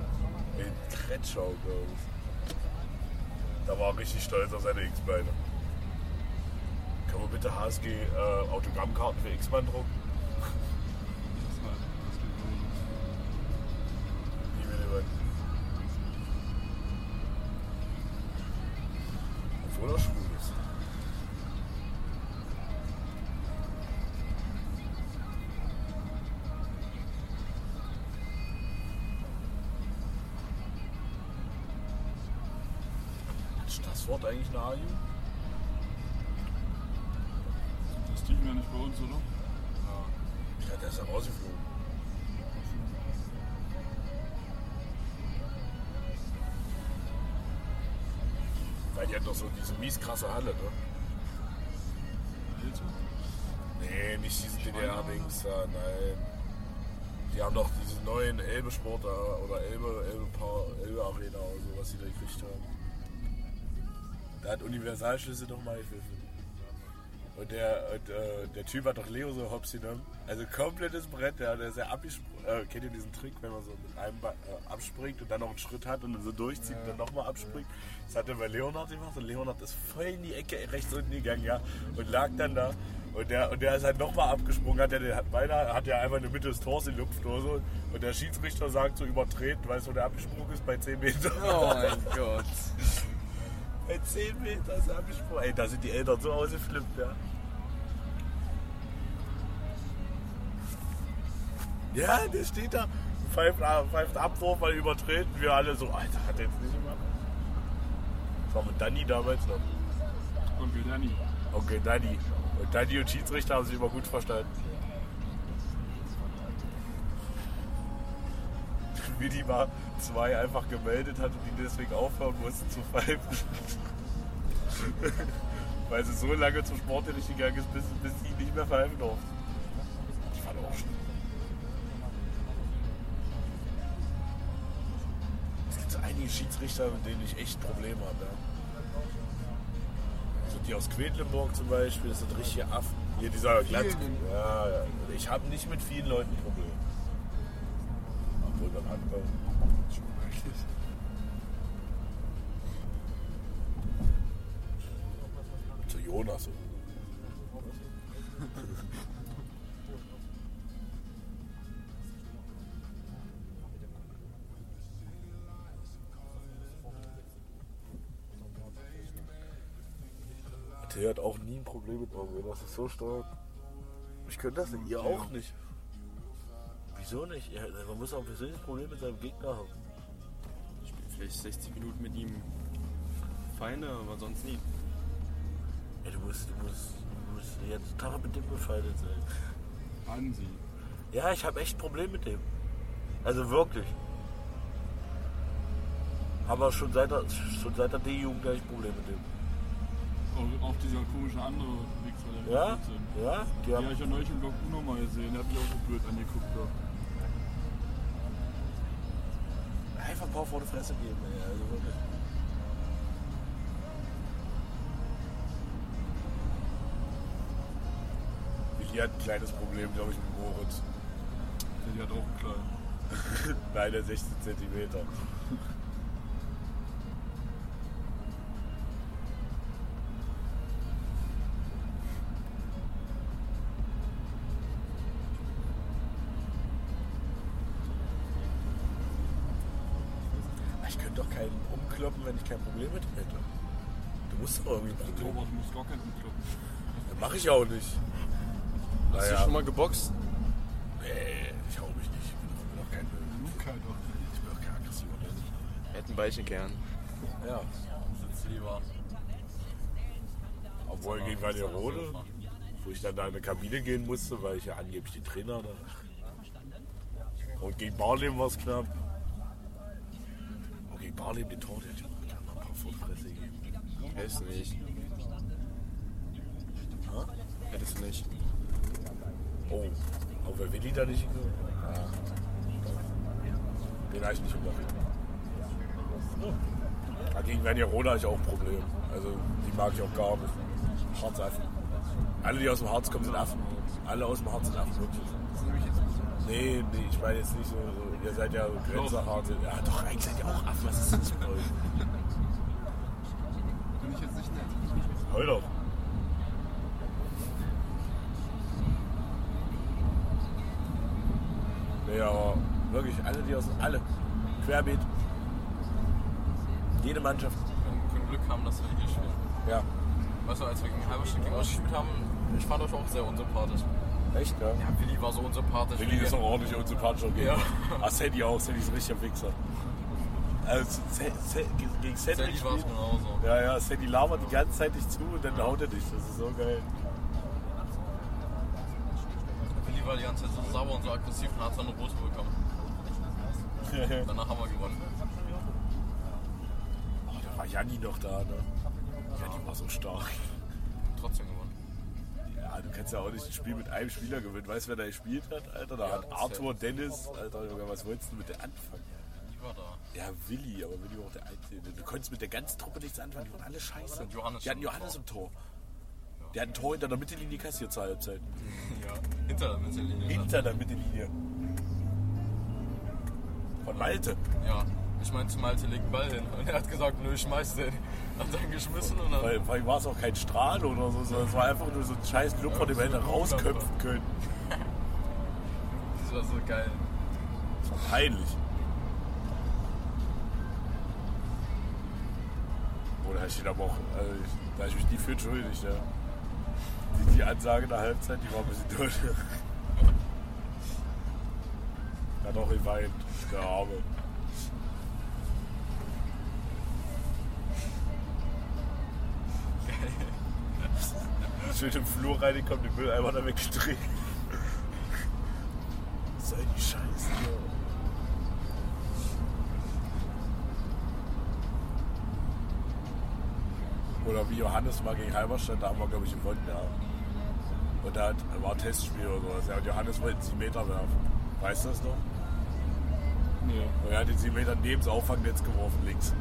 [SPEAKER 3] In Kretschau, glaube ich. Da war er richtig stolz auf seine X-Beine. können wir bitte HSG äh, Autogrammkarten für X-Mann drucken?
[SPEAKER 4] Das war- das geht nicht.
[SPEAKER 3] Die will ich weg. Obwohl er schwul ist. Hat das Wort eigentlich eine AU?
[SPEAKER 4] Das liegt ja nicht bei uns, oder?
[SPEAKER 3] Ja, der ist ja rausgeflogen. Weil die hat doch so diese mies krasse Halle, ne?
[SPEAKER 4] Hilfe?
[SPEAKER 3] Nee, nicht diesen DDR-Dings, ja, nein. Die haben doch diese neuen Elbe-Sport da, oder Elbe, Elbe, Pa- Elbe Arena oder so, was die da gekriegt haben. Da hat Universalschlüssel doch mal gepfiffen. Und der, und, äh, der Typ hat doch Leo so hops genommen. Also komplettes Brett, der, der ist ja abgesprungen. Äh, kennt ihr diesen Trick, wenn man so mit einem Bein äh, abspringt und dann noch einen Schritt hat und dann so durchzieht und dann nochmal abspringt? Das hat er bei Leonard gemacht und Leonard ist voll in die Ecke rechts unten gegangen, ja, und lag dann da. Und der, und der ist halt nochmal abgesprungen, hat er den hat beinahe, hat er einfach in der Mitte des Tors in die Luft oder so. Und der Schiedsrichter sagt so übertreten, weißt du, wo der abgesprungen ist bei 10 Metern.
[SPEAKER 1] Oh mein Gott.
[SPEAKER 3] Bei 10 Meter ist er abgesprungen. Ey, da sind die Eltern so ausgeflippt, ja. Ja, der steht da, pfeift, ab- pfeift Abwurf, weil übertreten wir alle so. Alter, hat er jetzt nicht gemacht. Das war mit Danny damals noch.
[SPEAKER 4] Und wir Danny.
[SPEAKER 3] Okay, Danny. Und Danny und Schiedsrichter haben sich immer gut verstanden. Wie die mal zwei einfach gemeldet hat und die deswegen aufhören mussten zu pfeifen. Weil sie so lange zum Sport nicht gegangen ist, bis, bis die nicht mehr pfeifen durften. Ich fand auch schlimm. Es gibt so einige Schiedsrichter, mit denen ich echt Probleme habe. Ja. Also die aus Quedlinburg zum Beispiel, das sind richtige Affen. Hier dieser Glatz. Ja, ja. Ich habe nicht mit vielen Leuten Probleme. Obwohl beim Handball. Schon möglich. Zu Jonas. oder so. Der hat auch nie ein Problem mit Mario. Das ist so stark. Ich könnte das nicht. Ihr auch nicht. Wieso nicht? Ja, Man muss auch ein persönliches Problem mit seinem Gegner haben.
[SPEAKER 1] Ich bin vielleicht 60 Minuten mit ihm Feinde, aber sonst nie.
[SPEAKER 3] Ja, du musst, du musst, du musst jetzt Tag mit dem befeindet sein.
[SPEAKER 4] Hansi.
[SPEAKER 3] Ja, ich habe echt ein Problem mit dem. Also wirklich. Aber schon seit der, schon seit der D-Jugend habe ich ein Problem mit dem.
[SPEAKER 4] Auch, auch dieser komische andere Wichser, der
[SPEAKER 3] Ja?
[SPEAKER 4] mit 14.
[SPEAKER 3] Ja? Die
[SPEAKER 4] Ja,
[SPEAKER 3] haben,
[SPEAKER 4] ich habe neulich im Blog Uno mal gesehen, der hat mich auch so blöd angeguckt. Da.
[SPEAKER 3] einfach ein paar vor die Fresse geben, ey. Also wirklich. Willi hat ein kleines Problem, glaube ich, mit Moritz.
[SPEAKER 4] Der, die hat auch einen kleinen.
[SPEAKER 3] Nein, der 16 cm. Ich könnte doch keinen umkloppen, wenn ich kein Problem mit ihm hätte. Du musst doch irgendwie ein Problem.
[SPEAKER 4] Thomas muss gar keinen kloppen.
[SPEAKER 3] Mach ich auch nicht.
[SPEAKER 1] Hast
[SPEAKER 3] Naja.
[SPEAKER 1] du schon mal geboxt?
[SPEAKER 3] Nee, ich hau mich nicht. Ich bin doch- bin doch kein
[SPEAKER 4] Luca doch.
[SPEAKER 3] Ich bin doch kein aggressiver Mensch.
[SPEAKER 1] Hätten weichen Kern.
[SPEAKER 3] Ja.
[SPEAKER 1] Sitzt lieber.
[SPEAKER 3] Obwohl gegen Rode, wo ich dann da in eine Kabine gehen musste, weil ich ja angeblich den Trainer da. Und gegen Barlem war es knapp. Und gegen Barlem den Tor, der hat ja noch ein paar Vorfresse gegeben.
[SPEAKER 1] Hättest du nicht. Hättest du nicht.
[SPEAKER 3] Oh, aber wer Willi da nicht hingegangen? Den habe ich nicht um überreden. Ja, gegen Vernier Roda habe ich auch ein Problem. Also die mag ich auch gar nicht. Harzaffen. Alle, die aus dem Harz kommen, sind Affen. Alle aus dem Harz sind Affen, wirklich. Nee, nee, ich meine jetzt nicht so, so ihr seid ja so Grenzerharte. Ja, doch, eigentlich seid ihr auch Affen. Was ist das für euch?
[SPEAKER 4] Bin ich jetzt nicht nett?
[SPEAKER 3] Heul doch. Nee, aber wirklich alle, die aus alle. Querbeet. Jede Mannschaft.
[SPEAKER 1] Wir können Glück haben, dass wir hier spielen.
[SPEAKER 3] Ja.
[SPEAKER 1] Weißt du, als wir gegen Halberstadt gegen uns gespielt haben, ich fand euch auch sehr unsympathisch.
[SPEAKER 3] Echt, ja?
[SPEAKER 1] Ja, Willi war so unsympathisch.
[SPEAKER 3] Willi ist auch ordentlich unsympathisch auch gegen.
[SPEAKER 1] Ja.
[SPEAKER 3] Ja. Ah, Sandy auch. Sandy ist ein richtiger Wichser. Also, Se- Se- gegen Sandy,
[SPEAKER 1] Sandy war es
[SPEAKER 3] spielen-
[SPEAKER 1] genauso.
[SPEAKER 3] Ja, ja, Sandy labert die ganze Zeit dich zu und dann haut er dich. Das ist so geil.
[SPEAKER 1] Willi war die ganze Zeit so sauer und so aggressiv und hat dann eine rote bekommen. Danach haben wir gewonnen.
[SPEAKER 3] Oh, da war Janni noch da, ne? Janni war so stark.
[SPEAKER 1] Trotzdem gewonnen.
[SPEAKER 3] Ja, du kannst ja auch nicht ein Spiel mit einem Spieler gewinnen. Weißt du, wer da gespielt hat, Alter? Da hat Arthur, Dennis, Alter, Junge, was wolltest du mit der anfangen?
[SPEAKER 1] Die war da.
[SPEAKER 3] Ja, Willi, aber Willi war auch der Einzige. Du konntest mit der ganzen Truppe nichts anfangen. Die waren alle scheiße.
[SPEAKER 1] Und Johannes
[SPEAKER 3] Die hatten
[SPEAKER 1] schon
[SPEAKER 3] Johannes im Tor. Der hat ein Tor hinter der Mittellinie kassiert zur Halbzeit.
[SPEAKER 1] Ja. Hinter der Mittellinie.
[SPEAKER 3] Hinter der Mittellinie. Von Malte.
[SPEAKER 1] Ja. Ich meinte, Malte legt den Ball hin. Und er hat gesagt, nö, ich schmeiß den. Hat dann geschmissen und dann.
[SPEAKER 3] Weil, weil war es auch kein Strahl oder so, sondern es war einfach nur so ein scheiß Club, von dem wir hätte rausköpfen können.
[SPEAKER 1] Das war so geil.
[SPEAKER 3] Das war peinlich. Oder Oh, ich den aber auch, also ich, da hab ich mich nie für entschuldigt, ja. Die, die Ansage in der Halbzeit, die war ein bisschen deutlich. Hat auch geweint, der Arme. Schön im Flur reingekommen, den Mülleimer da weggedreht. Sei die Scheiße, ja. Oder wie Johannes mal gegen Halberstadt, da haben wir, glaube ich, gewonnen, ja. Und da hat, war ein Testspiel oder sowas. Ja, und Johannes wollte einen 7 Meter werfen. Weißt du das noch?
[SPEAKER 4] Nee.
[SPEAKER 3] Und er hat den 7 Meter neben das Auffangnetz geworfen, links.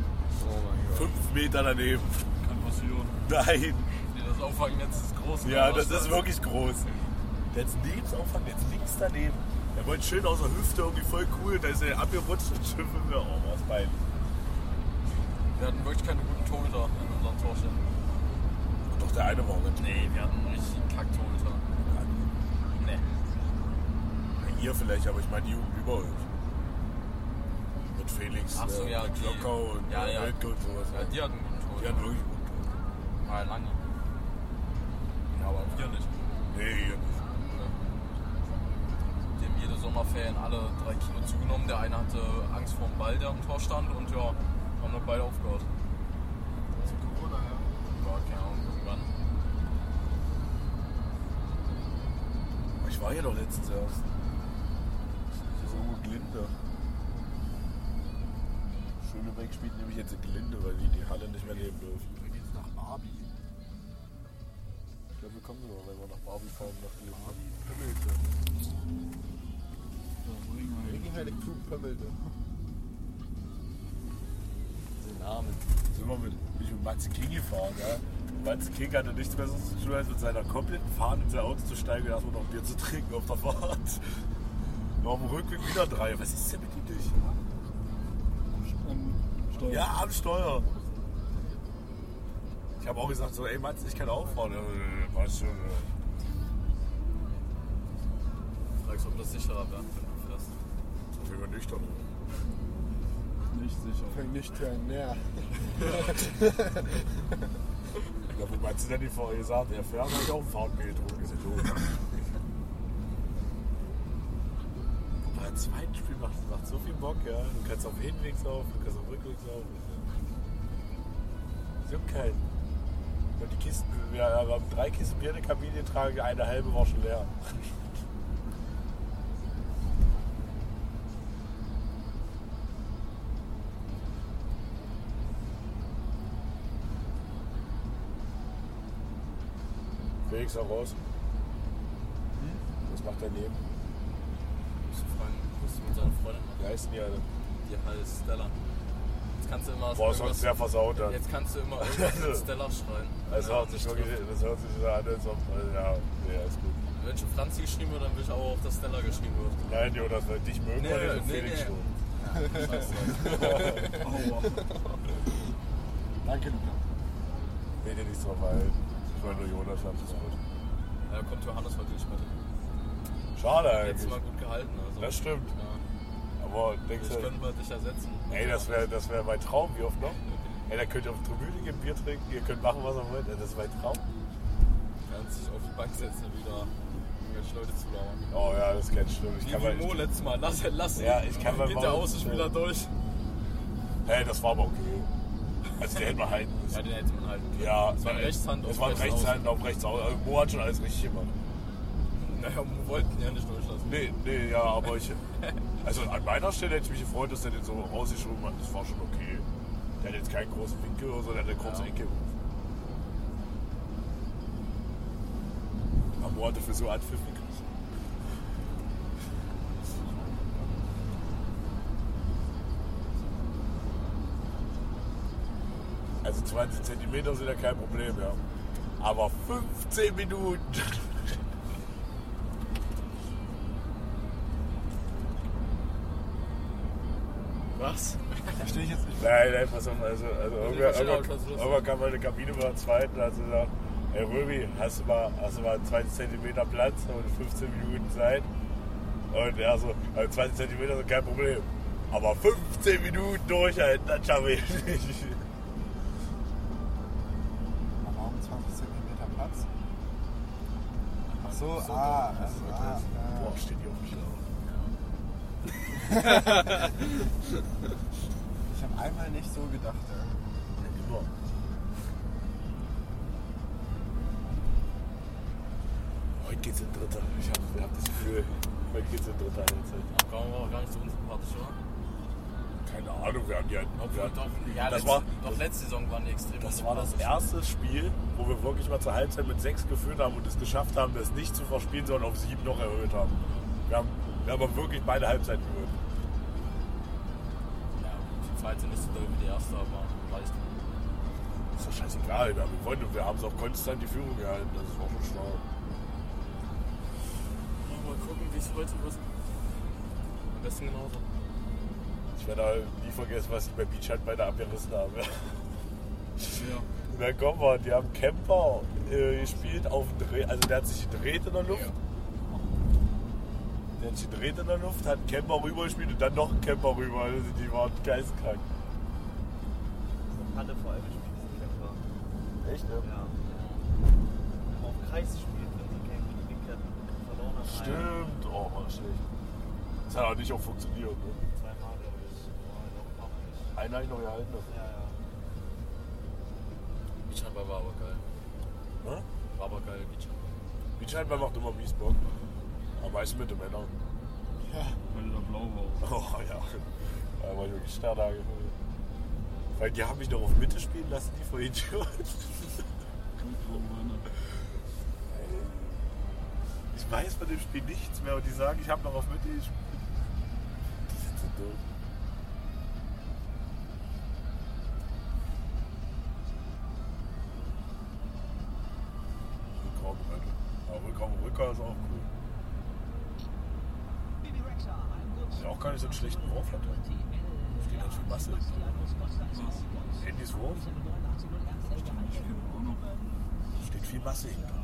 [SPEAKER 4] Oh mein
[SPEAKER 3] 5 Meter daneben.
[SPEAKER 4] Gott. Kann passieren.
[SPEAKER 3] Nein.
[SPEAKER 1] Nee, das Auffangnetz ist groß.
[SPEAKER 3] Ja, das ist wirklich groß. Der hat neben das Auffangnetz links daneben. Er wollte schön aus der Hüfte, irgendwie voll cool. Da ist er abgerutscht und schimpfen wir auch aus beiden.
[SPEAKER 1] Wir hatten wirklich keine guten Torhüter in unserem Torstellen.
[SPEAKER 3] Doch der eine war auch nicht.
[SPEAKER 1] Nee, wir hatten einen richtigen Kack-Torhüter. Nee.
[SPEAKER 3] Ihr vielleicht, aber ich meine die Jugend über euch. Mit Felix,
[SPEAKER 1] Ach so,
[SPEAKER 3] äh,
[SPEAKER 1] ja,
[SPEAKER 3] mit
[SPEAKER 1] die-
[SPEAKER 3] Glockau und
[SPEAKER 1] ja, ja.
[SPEAKER 3] Wildke und sowas. ne?
[SPEAKER 1] Ja, die hatten einen guten
[SPEAKER 3] Die
[SPEAKER 1] Torhüter.
[SPEAKER 3] hatten wirklich gut.
[SPEAKER 1] Mal lange.
[SPEAKER 3] Ja, aber
[SPEAKER 1] Wir nicht.
[SPEAKER 3] nee, hier nicht.
[SPEAKER 1] Die haben jede Sommerferien alle drei Kilo zugenommen. Der eine hatte Angst vor dem Ball, der am Tor stand und ja, haben dann beide aufgehört. Corona, ja. keine Ahnung, irgendwann.
[SPEAKER 3] Aber Ich war hier doch letztens erst. Das ist irgendwo Glinde. Schönebeck spielt nämlich jetzt in Glinde, weil die die Halle nicht mehr leben dürfen.
[SPEAKER 6] Wir gehen jetzt nach Barbie.
[SPEAKER 3] Ich glaube, wir kommen sogar, wenn wir nach Barbie fahren, nach Glinde.
[SPEAKER 6] Pimmelte. Wir gehen halt zu Pimmelte.
[SPEAKER 3] Den Namen. Sind wir mit, mich mit Matze King gefahren, ja? Matze King hatte nichts Besseres zu tun, als mit seiner kompletten Fahrt in sein Auto zu steigen und erstmal noch ein Bier zu trinken auf der Fahrt. Noch am Rückweg wieder drei. Was ist denn mit ihm nicht?
[SPEAKER 4] Ähm, Steuer.
[SPEAKER 3] Ja, am Steuer. Ich habe auch gesagt, so, ey Mats, ich kann auffahren. Ja, äh, Weißt du, äh,
[SPEAKER 1] Fragst du, ob das sicherer wäre, wenn du fährst.
[SPEAKER 3] ich bin nüchtern.
[SPEAKER 4] Nicht sicher.
[SPEAKER 6] Fang nicht zu näher.
[SPEAKER 3] Ich habe Mats dann die vorher gesagt, er fährt, hab ich auch ein Fahrtbier getrunken. Ist ja doof. Aber ein zweites Spiel macht, macht so viel Bock, ja. Du kannst auf Hinwegs auf, du kannst auf Rückwegs auf. Ich hab keinen. Und die Kisten, wir haben drei Kisten Bier in der Kabine getragen, eine halbe war schon leer. Felix auch raus. Hm? Was macht dein Leben?
[SPEAKER 1] Musst du fragen, was du mit seiner Freundin machst.
[SPEAKER 3] Wie heißen die alle?
[SPEAKER 1] Die heißt Stella. Jetzt kannst du immer
[SPEAKER 3] Boah, das war
[SPEAKER 1] irgendwas-
[SPEAKER 3] sehr versaut dann.
[SPEAKER 1] Jetzt kannst du immer irgendwas mit Stella schreien.
[SPEAKER 3] Das
[SPEAKER 1] Wenn er
[SPEAKER 3] hört sich
[SPEAKER 1] nicht
[SPEAKER 3] wirklich, das hört sich so an, als ob, also ja, nee, ist gut.
[SPEAKER 1] trifft. Wenn schon Franzi geschrieben wird, dann will ich auch, dass Stella geschrieben wird.
[SPEAKER 3] Nein, Jonas, weil dich mögen
[SPEAKER 1] Nee,
[SPEAKER 3] wir
[SPEAKER 1] nee,
[SPEAKER 3] nicht und
[SPEAKER 1] nee,
[SPEAKER 3] Felix
[SPEAKER 1] nee.
[SPEAKER 3] schon. Oh.
[SPEAKER 6] Danke, Luca.
[SPEAKER 3] Nee, dir nichts drauf ein. Ich wollte nur Jonas haben, das ist gut.
[SPEAKER 1] Da kommt Johannes heute nicht mit.
[SPEAKER 3] Schade
[SPEAKER 1] Letztes
[SPEAKER 3] eigentlich.
[SPEAKER 1] Mal gut gehalten. Also,
[SPEAKER 3] Das stimmt.
[SPEAKER 1] Ja.
[SPEAKER 3] Aber denkst
[SPEAKER 1] Vielleicht
[SPEAKER 3] du,
[SPEAKER 1] können wir dich ersetzen.
[SPEAKER 3] ey, das wäre das wär mein Traum, wie oft noch? Ey, da könnt ihr auf der Tribüne gehen, Bier trinken, ihr könnt machen, was ihr wollt. Ey, Das ist mein Traum.
[SPEAKER 1] Kannst dich auf die Bank setzen und wieder um irgendwelche Leute zulauern.
[SPEAKER 3] Oh ja, das ist ganz schlimm. Ich kann
[SPEAKER 1] Wie Mo
[SPEAKER 3] mal,
[SPEAKER 1] letztes Mal. Lass, lass
[SPEAKER 3] Ja, ich kann beim
[SPEAKER 1] Geht der
[SPEAKER 3] Bau-
[SPEAKER 1] Außenspieler durch.
[SPEAKER 3] hey, das war aber okay. Also, der hätte mal halten müssen.
[SPEAKER 1] Ja, den hätte man
[SPEAKER 4] halt-
[SPEAKER 1] halten können.
[SPEAKER 3] Ja,
[SPEAKER 1] Es war ein Rechtshand
[SPEAKER 3] Es
[SPEAKER 1] auf
[SPEAKER 3] war ein
[SPEAKER 1] rechts
[SPEAKER 3] Rechtshand auf rechts aus. Also Mo hat schon alles richtig gemacht.
[SPEAKER 1] Naja, wir wollten ja nicht durchlassen.
[SPEAKER 3] Nee, nee, ja, aber ich. Also an meiner Stelle hätte ich mich gefreut, dass der den so rausgeschoben hat. Das war schon okay. Der hat jetzt keinen großen Winkel oder so, der hat eine kurze
[SPEAKER 1] Ja.
[SPEAKER 3] Ecke. Aber Mo hat dafür so Anpfiff gekriegt. Also 20 Zentimeter sind ja kein Problem, ja. Aber 15 Minuten.
[SPEAKER 4] Was? Verstehe ich jetzt nicht.
[SPEAKER 3] Nein, nein, pass auf, also, also irgendwer,
[SPEAKER 1] verstehe auch,
[SPEAKER 3] irgendwer,
[SPEAKER 1] dass du das-
[SPEAKER 3] irgendwer kam meine Kabine mal zweiten und hat so gesagt, ey Röbi, hast du mal, hast du mal 20 Zentimeter Platz und 15 Minuten Zeit? Und er so, "Ja, 20 Zentimeter sind kein Problem. Aber 15 Minuten durchhalten, das schaffe ich nicht.
[SPEAKER 7] Warum 20 cm Platz? Ach so, ah, also, ah,
[SPEAKER 3] Boah, steht hier auf mich auf.
[SPEAKER 7] äh, ich habe einmal nicht so gedacht.
[SPEAKER 6] äh.
[SPEAKER 7] ey.
[SPEAKER 3] Immer. Heute geht's in Dritter. Ich hab, hab das Gefühl, heute geht's in Dritter Halbzeit.
[SPEAKER 1] Kaum war auch gar nicht so unsympathisch, oder?
[SPEAKER 3] Keine Ahnung, wir haben die halt. wir
[SPEAKER 1] Obwohl,
[SPEAKER 3] hatten-
[SPEAKER 1] doch, ja,
[SPEAKER 3] das
[SPEAKER 1] letzte,
[SPEAKER 3] war,
[SPEAKER 1] doch letzte Saison waren die extrem
[SPEAKER 3] das war das
[SPEAKER 1] unsympathisch.
[SPEAKER 3] erste Spiel, wo wir wirklich mal zur Halbzeit mit sechs geführt haben und es geschafft haben, das nicht zu verspielen, sondern auf sieben noch erhöht haben. Wir haben, wir haben aber wirklich beide Halbzeiten geholt.
[SPEAKER 1] Ja, die zweite nicht so doll wie die erste, aber reicht.
[SPEAKER 3] Ist doch scheißegal, wir haben gewonnen und wir haben es auch konstant die Führung gehalten. Das ist auch schon schlau.
[SPEAKER 1] Mal gucken, wie es heute wird. Am besten genauso.
[SPEAKER 3] Ich werde halt nie vergessen, was ich bei Beach halt bei der abgerissen habe. Na komm mal, die haben Camper äh, gespielt auf dem Dreh, also der hat sich gedreht in der Luft. Der hat sich gedreht in der Luft, hat einen Camper rüber gespielt und dann noch einen Camper rüber. Also die waren geistkrank.
[SPEAKER 5] Halle vor allem spielt das nicht einfach.
[SPEAKER 3] Echt, ne?
[SPEAKER 5] Ja. Auch Kreis spielt, wenn sie gegen die Linke verloren haben.
[SPEAKER 3] Stimmt, oh, war das schlecht. Das hat auch nicht auch funktioniert. Ne?
[SPEAKER 5] Zweimal, glaube ich. Oder noch noch nicht.
[SPEAKER 3] Einen habe ich noch gehalten. also,
[SPEAKER 5] Ja, ja.
[SPEAKER 1] Beachhandball war aber geil.
[SPEAKER 3] Ne?
[SPEAKER 1] War aber geil, Beachhandball.
[SPEAKER 3] Beachhandball macht immer mies Bock. Am meisten mit den Männern.
[SPEAKER 4] Weil du da blau warst.
[SPEAKER 3] Oh ja, da war ich wirklich Sternhage. Weil die haben mich noch auf Mitte spielen lassen, die vor Idioten. Ich weiß von dem Spiel nichts mehr und die sagen, ich habe noch auf Mitte gespielt. Die sind so dumm. Rückraum, Alter. Aber Rückraum, Rücker ist auch cool. Ist ja auch gar nicht so einen schlechten Wurf hat. er. Das geht ganz schön Masse. Handys Wurf. Steht viel Masse hinter.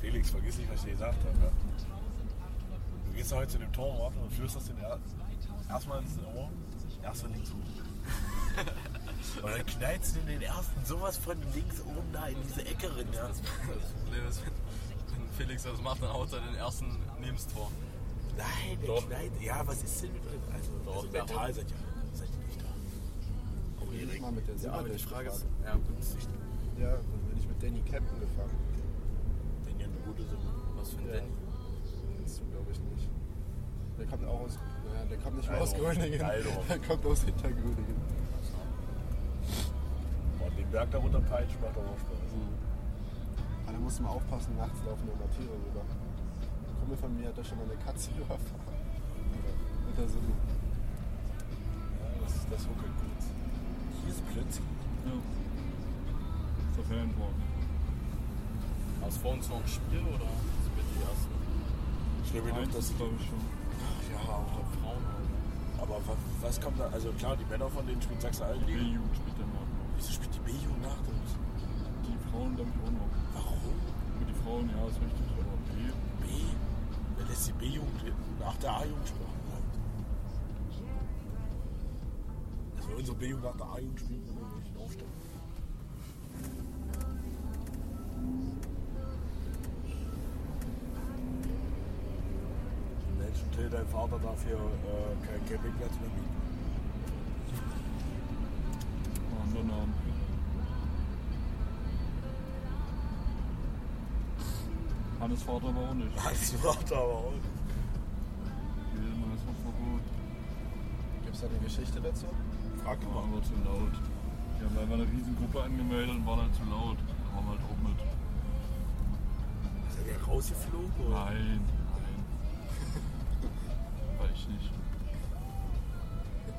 [SPEAKER 3] Felix, vergiss nicht, was ich dir gesagt habe. Ja? Du gehst doch heute zu dem Torwart und flüsterst den er erstmal ins Ohr, erstmal links oben. und dann knallst du den ersten sowas von links oben da in diese Ecke rein. Ja?
[SPEAKER 1] Das Problem ist, wenn, wenn Felix das macht, dann haut er den ersten neben das Tor.
[SPEAKER 3] Nein, der knallt. Ja, was ist denn mit dem? Also, also mental seid ihr, seid ihr nicht da. Oh,
[SPEAKER 7] Jedes
[SPEAKER 3] Erik.
[SPEAKER 7] Mal mit der
[SPEAKER 3] Ja, aber die
[SPEAKER 7] Silberdeck
[SPEAKER 3] Frage ist,
[SPEAKER 7] gefahren.
[SPEAKER 3] ja, gut, ist nicht.
[SPEAKER 7] Ja, dann bin ich mit Danny Captain gefahren.
[SPEAKER 3] Wenn ihr eine gute Summe.
[SPEAKER 1] Was für ein
[SPEAKER 7] Ja.
[SPEAKER 1] Danny.
[SPEAKER 7] Das glaube ich nicht. Der kommt auch aus. Naja, der kommt nicht mal
[SPEAKER 3] Geil
[SPEAKER 7] aus
[SPEAKER 3] doch.
[SPEAKER 7] Gröningen.
[SPEAKER 3] Geil doch.
[SPEAKER 7] Der kommt aus Hintergröningen.
[SPEAKER 3] Boah, den Berg darunter peitschen macht doch auch Spaß.
[SPEAKER 7] Aber Ah, da musst du mal aufpassen, nachts laufen immer Tiere rüber. Ein Kumpel von mir hat da schon mal eine Katze überfahren. Mit der Sonne.
[SPEAKER 3] Ja, das, das ruckelt gut. Hier ist plötzlich.
[SPEAKER 4] Ja. Ist der Fanboy.
[SPEAKER 1] War es vor uns noch ein Spiel oder sind wir die ersten?
[SPEAKER 3] Ich nehme
[SPEAKER 4] Eins,
[SPEAKER 3] durch, dass
[SPEAKER 4] glaube ich schon.
[SPEAKER 3] Ja, aber,
[SPEAKER 1] Frauen oder?
[SPEAKER 3] aber wa- was kommt da? Also klar, die Männer von denen spielen Sachsen-Anhalt.
[SPEAKER 4] B-Jugend spielt der Nord.
[SPEAKER 3] Wieso spielt die B-Jugend nach uns?
[SPEAKER 4] Die Frauen, glaube ich, auch noch. Frauen, ja, ist richtig. Aber B,
[SPEAKER 3] B? Wer lässt die B-Jugend hinten nach der A-Jugend spielen? Also wenn unsere B-Jugend nach der A-Jugend spielen, dann würde ich nicht aufstellen. Mensch, Till, dein Vater darf hier äh, keinen Campingplatz mehr mieten.
[SPEAKER 4] einen anderen Namen. Hannes Vater aber auch nicht.
[SPEAKER 3] Das macht aber auch.
[SPEAKER 4] Nee, man ist noch verrückt.
[SPEAKER 6] Gibt es da eine Geschichte dazu?
[SPEAKER 3] Frag
[SPEAKER 4] War
[SPEAKER 3] mal.
[SPEAKER 4] aber zu laut. Die haben einfach eine riesen Gruppe angemeldet und waren halt zu laut. Da waren wir halt auch mit.
[SPEAKER 3] Seid ihr rausgeflogen? Oder?
[SPEAKER 4] Nein, nein. War ich nicht.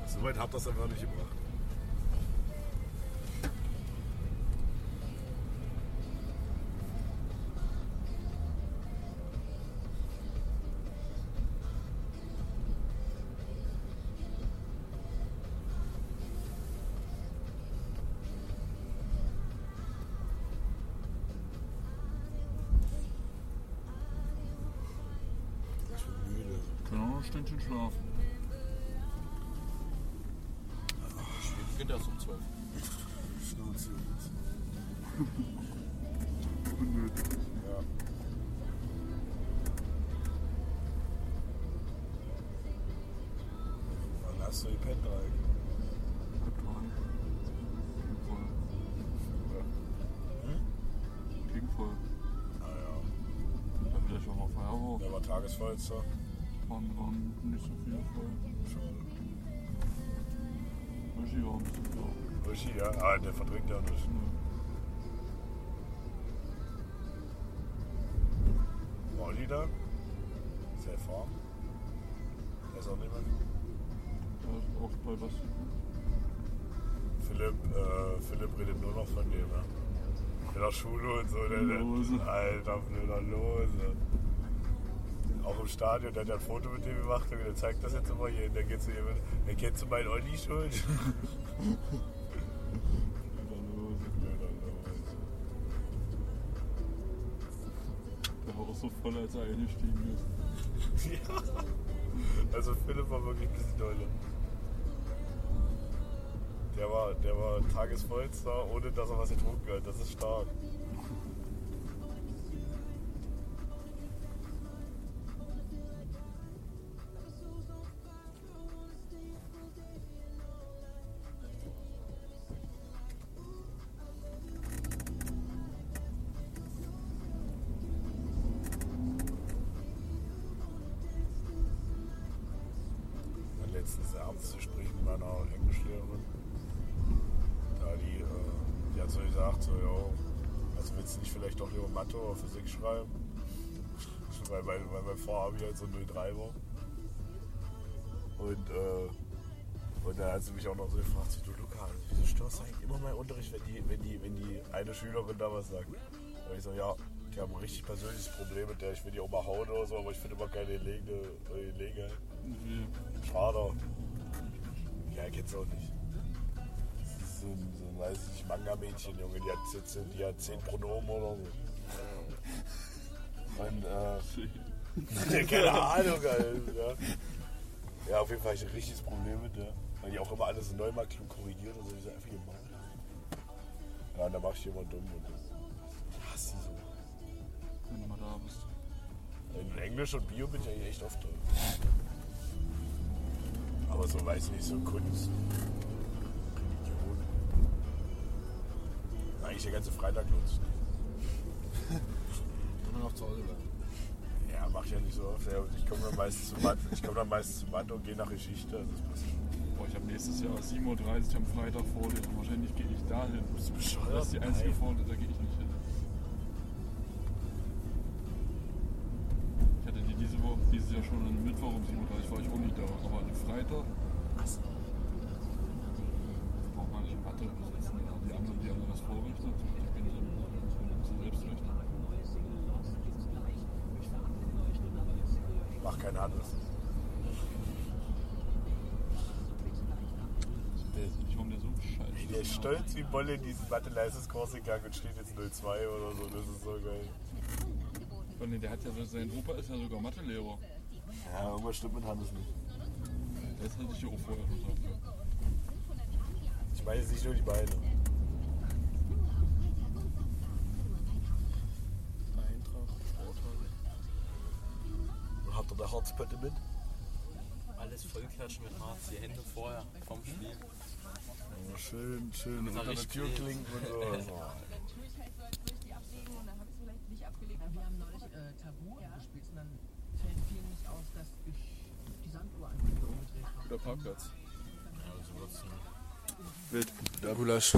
[SPEAKER 3] So weit habt ihr das einfach nicht gebracht. Ich bin müde.
[SPEAKER 4] Können auch noch ein Stündchen schlafen.
[SPEAKER 8] Beginnt erst um 12.
[SPEAKER 3] Schnauze. Wann hast du die Pet Dreieck?
[SPEAKER 4] Dran. Klingt voll. Klingt voll.
[SPEAKER 3] Ah ja,
[SPEAKER 4] Da vielleicht auch mal Feierabend.
[SPEAKER 3] der war Tagesvollster.
[SPEAKER 4] Waren, waren nicht so viele voll.
[SPEAKER 3] Schade.
[SPEAKER 4] Richtig abends. Ja.
[SPEAKER 3] Richtig, ja. Ah, der verdrängt ja nicht. Molly da? Ist der fahren? Der ist auch nicht mehr.
[SPEAKER 4] Da ist auch bei was.
[SPEAKER 3] Philipp, äh, Philipp redet nur noch von dem, ja. Mit der Schule und so, der,
[SPEAKER 4] Lose.
[SPEAKER 3] der alter blöder Lose. Auch im Stadion, der hat ja ein Foto mit dem gemacht und der zeigt das jetzt immer hier. Der geht zu ihm, der kennt zu meinen Olli schon.
[SPEAKER 4] Wieder los.
[SPEAKER 3] Blöder Lose.
[SPEAKER 4] Der war auch so voll, als er eingestiegen ist.
[SPEAKER 3] Ja. Also Philipp war wirklich ein bisschen dolle. Der war, der war tagesvollster, ohne dass er was getrunken hat. Das ist stark. Ich hatte letztens abends Gespräch mit meiner Englischlehrerin. Da die, äh, die hat so gesagt, so, ja, also willst du nicht vielleicht doch lieber Mathe oder Physik schreiben? Weil, weil, weil mein Vorhaben halt so ein 03 war. Und, äh, und dann hat sie mich auch noch so gefragt, so, du Luca, wieso störst du eigentlich immer meinen Unterricht, wenn die, wenn, die, wenn die eine Schülerin da was sagt? Und ich so, ja, die haben ein richtig persönliches Problem mit der, ich will die auch mal hauen oder so, aber ich finde immer keine Gelegenheit. Gelegenheit.
[SPEAKER 4] Nee.
[SPEAKER 3] Schade. Ja, kennst du auch nicht. Das ist so ein, so ein weiß ich nicht, Manga-Mädchen, Junge. Die hat, jetzt- die hat zehn Pronomen oder so. Und, äh, keine Ahnung, Alter. Ja. ja, auf jeden Fall hab ich ein richtiges Problem mit der. Weil die auch immer alles neu mal klug korrigiert und so. Ich sag einfach, ihr Mann. Ja, und dann mach ich die immer dumm und ich hasse die so.
[SPEAKER 4] Wenn du mal da bist.
[SPEAKER 3] In Englisch und Bio bin ich eigentlich echt oft drin. Aber so weiß ich nicht, so Kunst. Religion. Eigentlich der ganze Freitag los.
[SPEAKER 6] Kann man auch zu Hause bleiben.
[SPEAKER 3] Ja, mach ich ja nicht so oft. Ja, Ich komme dann meistens zu Mathe, ich komme dann meistens zu Mathe und gehe nach Geschichte. Also Das passt schon.
[SPEAKER 4] Boah, ich habe nächstes Jahr 7.30 Uhr am Freitag vor dir. Wahrscheinlich gehe ich da hin.
[SPEAKER 3] Bist du bescheuert?
[SPEAKER 4] Das ist die einzige
[SPEAKER 3] Nein.
[SPEAKER 4] Vorlesung, da gehe ich nicht hin. Ich hatte die diese Woche, dieses Jahr schon am Mittwoch um 7.30 Uhr war ich auch nicht da, aber am Freitag. Braucht man nicht Mathe besitzen. Die anderen, die haben da was vorrichtet. Ich bin so selbstrecht.
[SPEAKER 3] Mach kein anderes.
[SPEAKER 4] Ich war mir so scheiße.
[SPEAKER 3] Der ist stolz wie Bolle in diesen Mathe-Leistungskurs gegangen und steht jetzt 02 oder so. Das ist so geil.
[SPEAKER 4] Oh, nee, der hat ja so, sein Opa ist ja sogar Mathelehrer.
[SPEAKER 3] Ja, irgendwas stimmt mit Hannes nicht.
[SPEAKER 4] Das hatte ich ja auch vorher schon gesagt.
[SPEAKER 3] Ich meine jetzt nicht nur die Beine.
[SPEAKER 9] Eintracht, Sporthalle.
[SPEAKER 3] Und habt ihr da Harzpötte mit?
[SPEAKER 10] Alles vollklatschen mit Harz, die Hände vorher vom Spiel.
[SPEAKER 3] Ja, schön, schön.
[SPEAKER 10] Mit einer
[SPEAKER 3] Unter der
[SPEAKER 10] richtig-
[SPEAKER 3] Tür klinken und so.
[SPEAKER 11] Natürlich halt so, als würde ich die ablegen und dann habe ich es vielleicht nicht abgelegt.
[SPEAKER 12] Wir haben neulich äh, Tabu gespielt und dann fällt vielen nicht auf, dass ich die Sanduhr an umgedreht habe.
[SPEAKER 4] Oder Parkplatz.
[SPEAKER 13] Wildgulasch.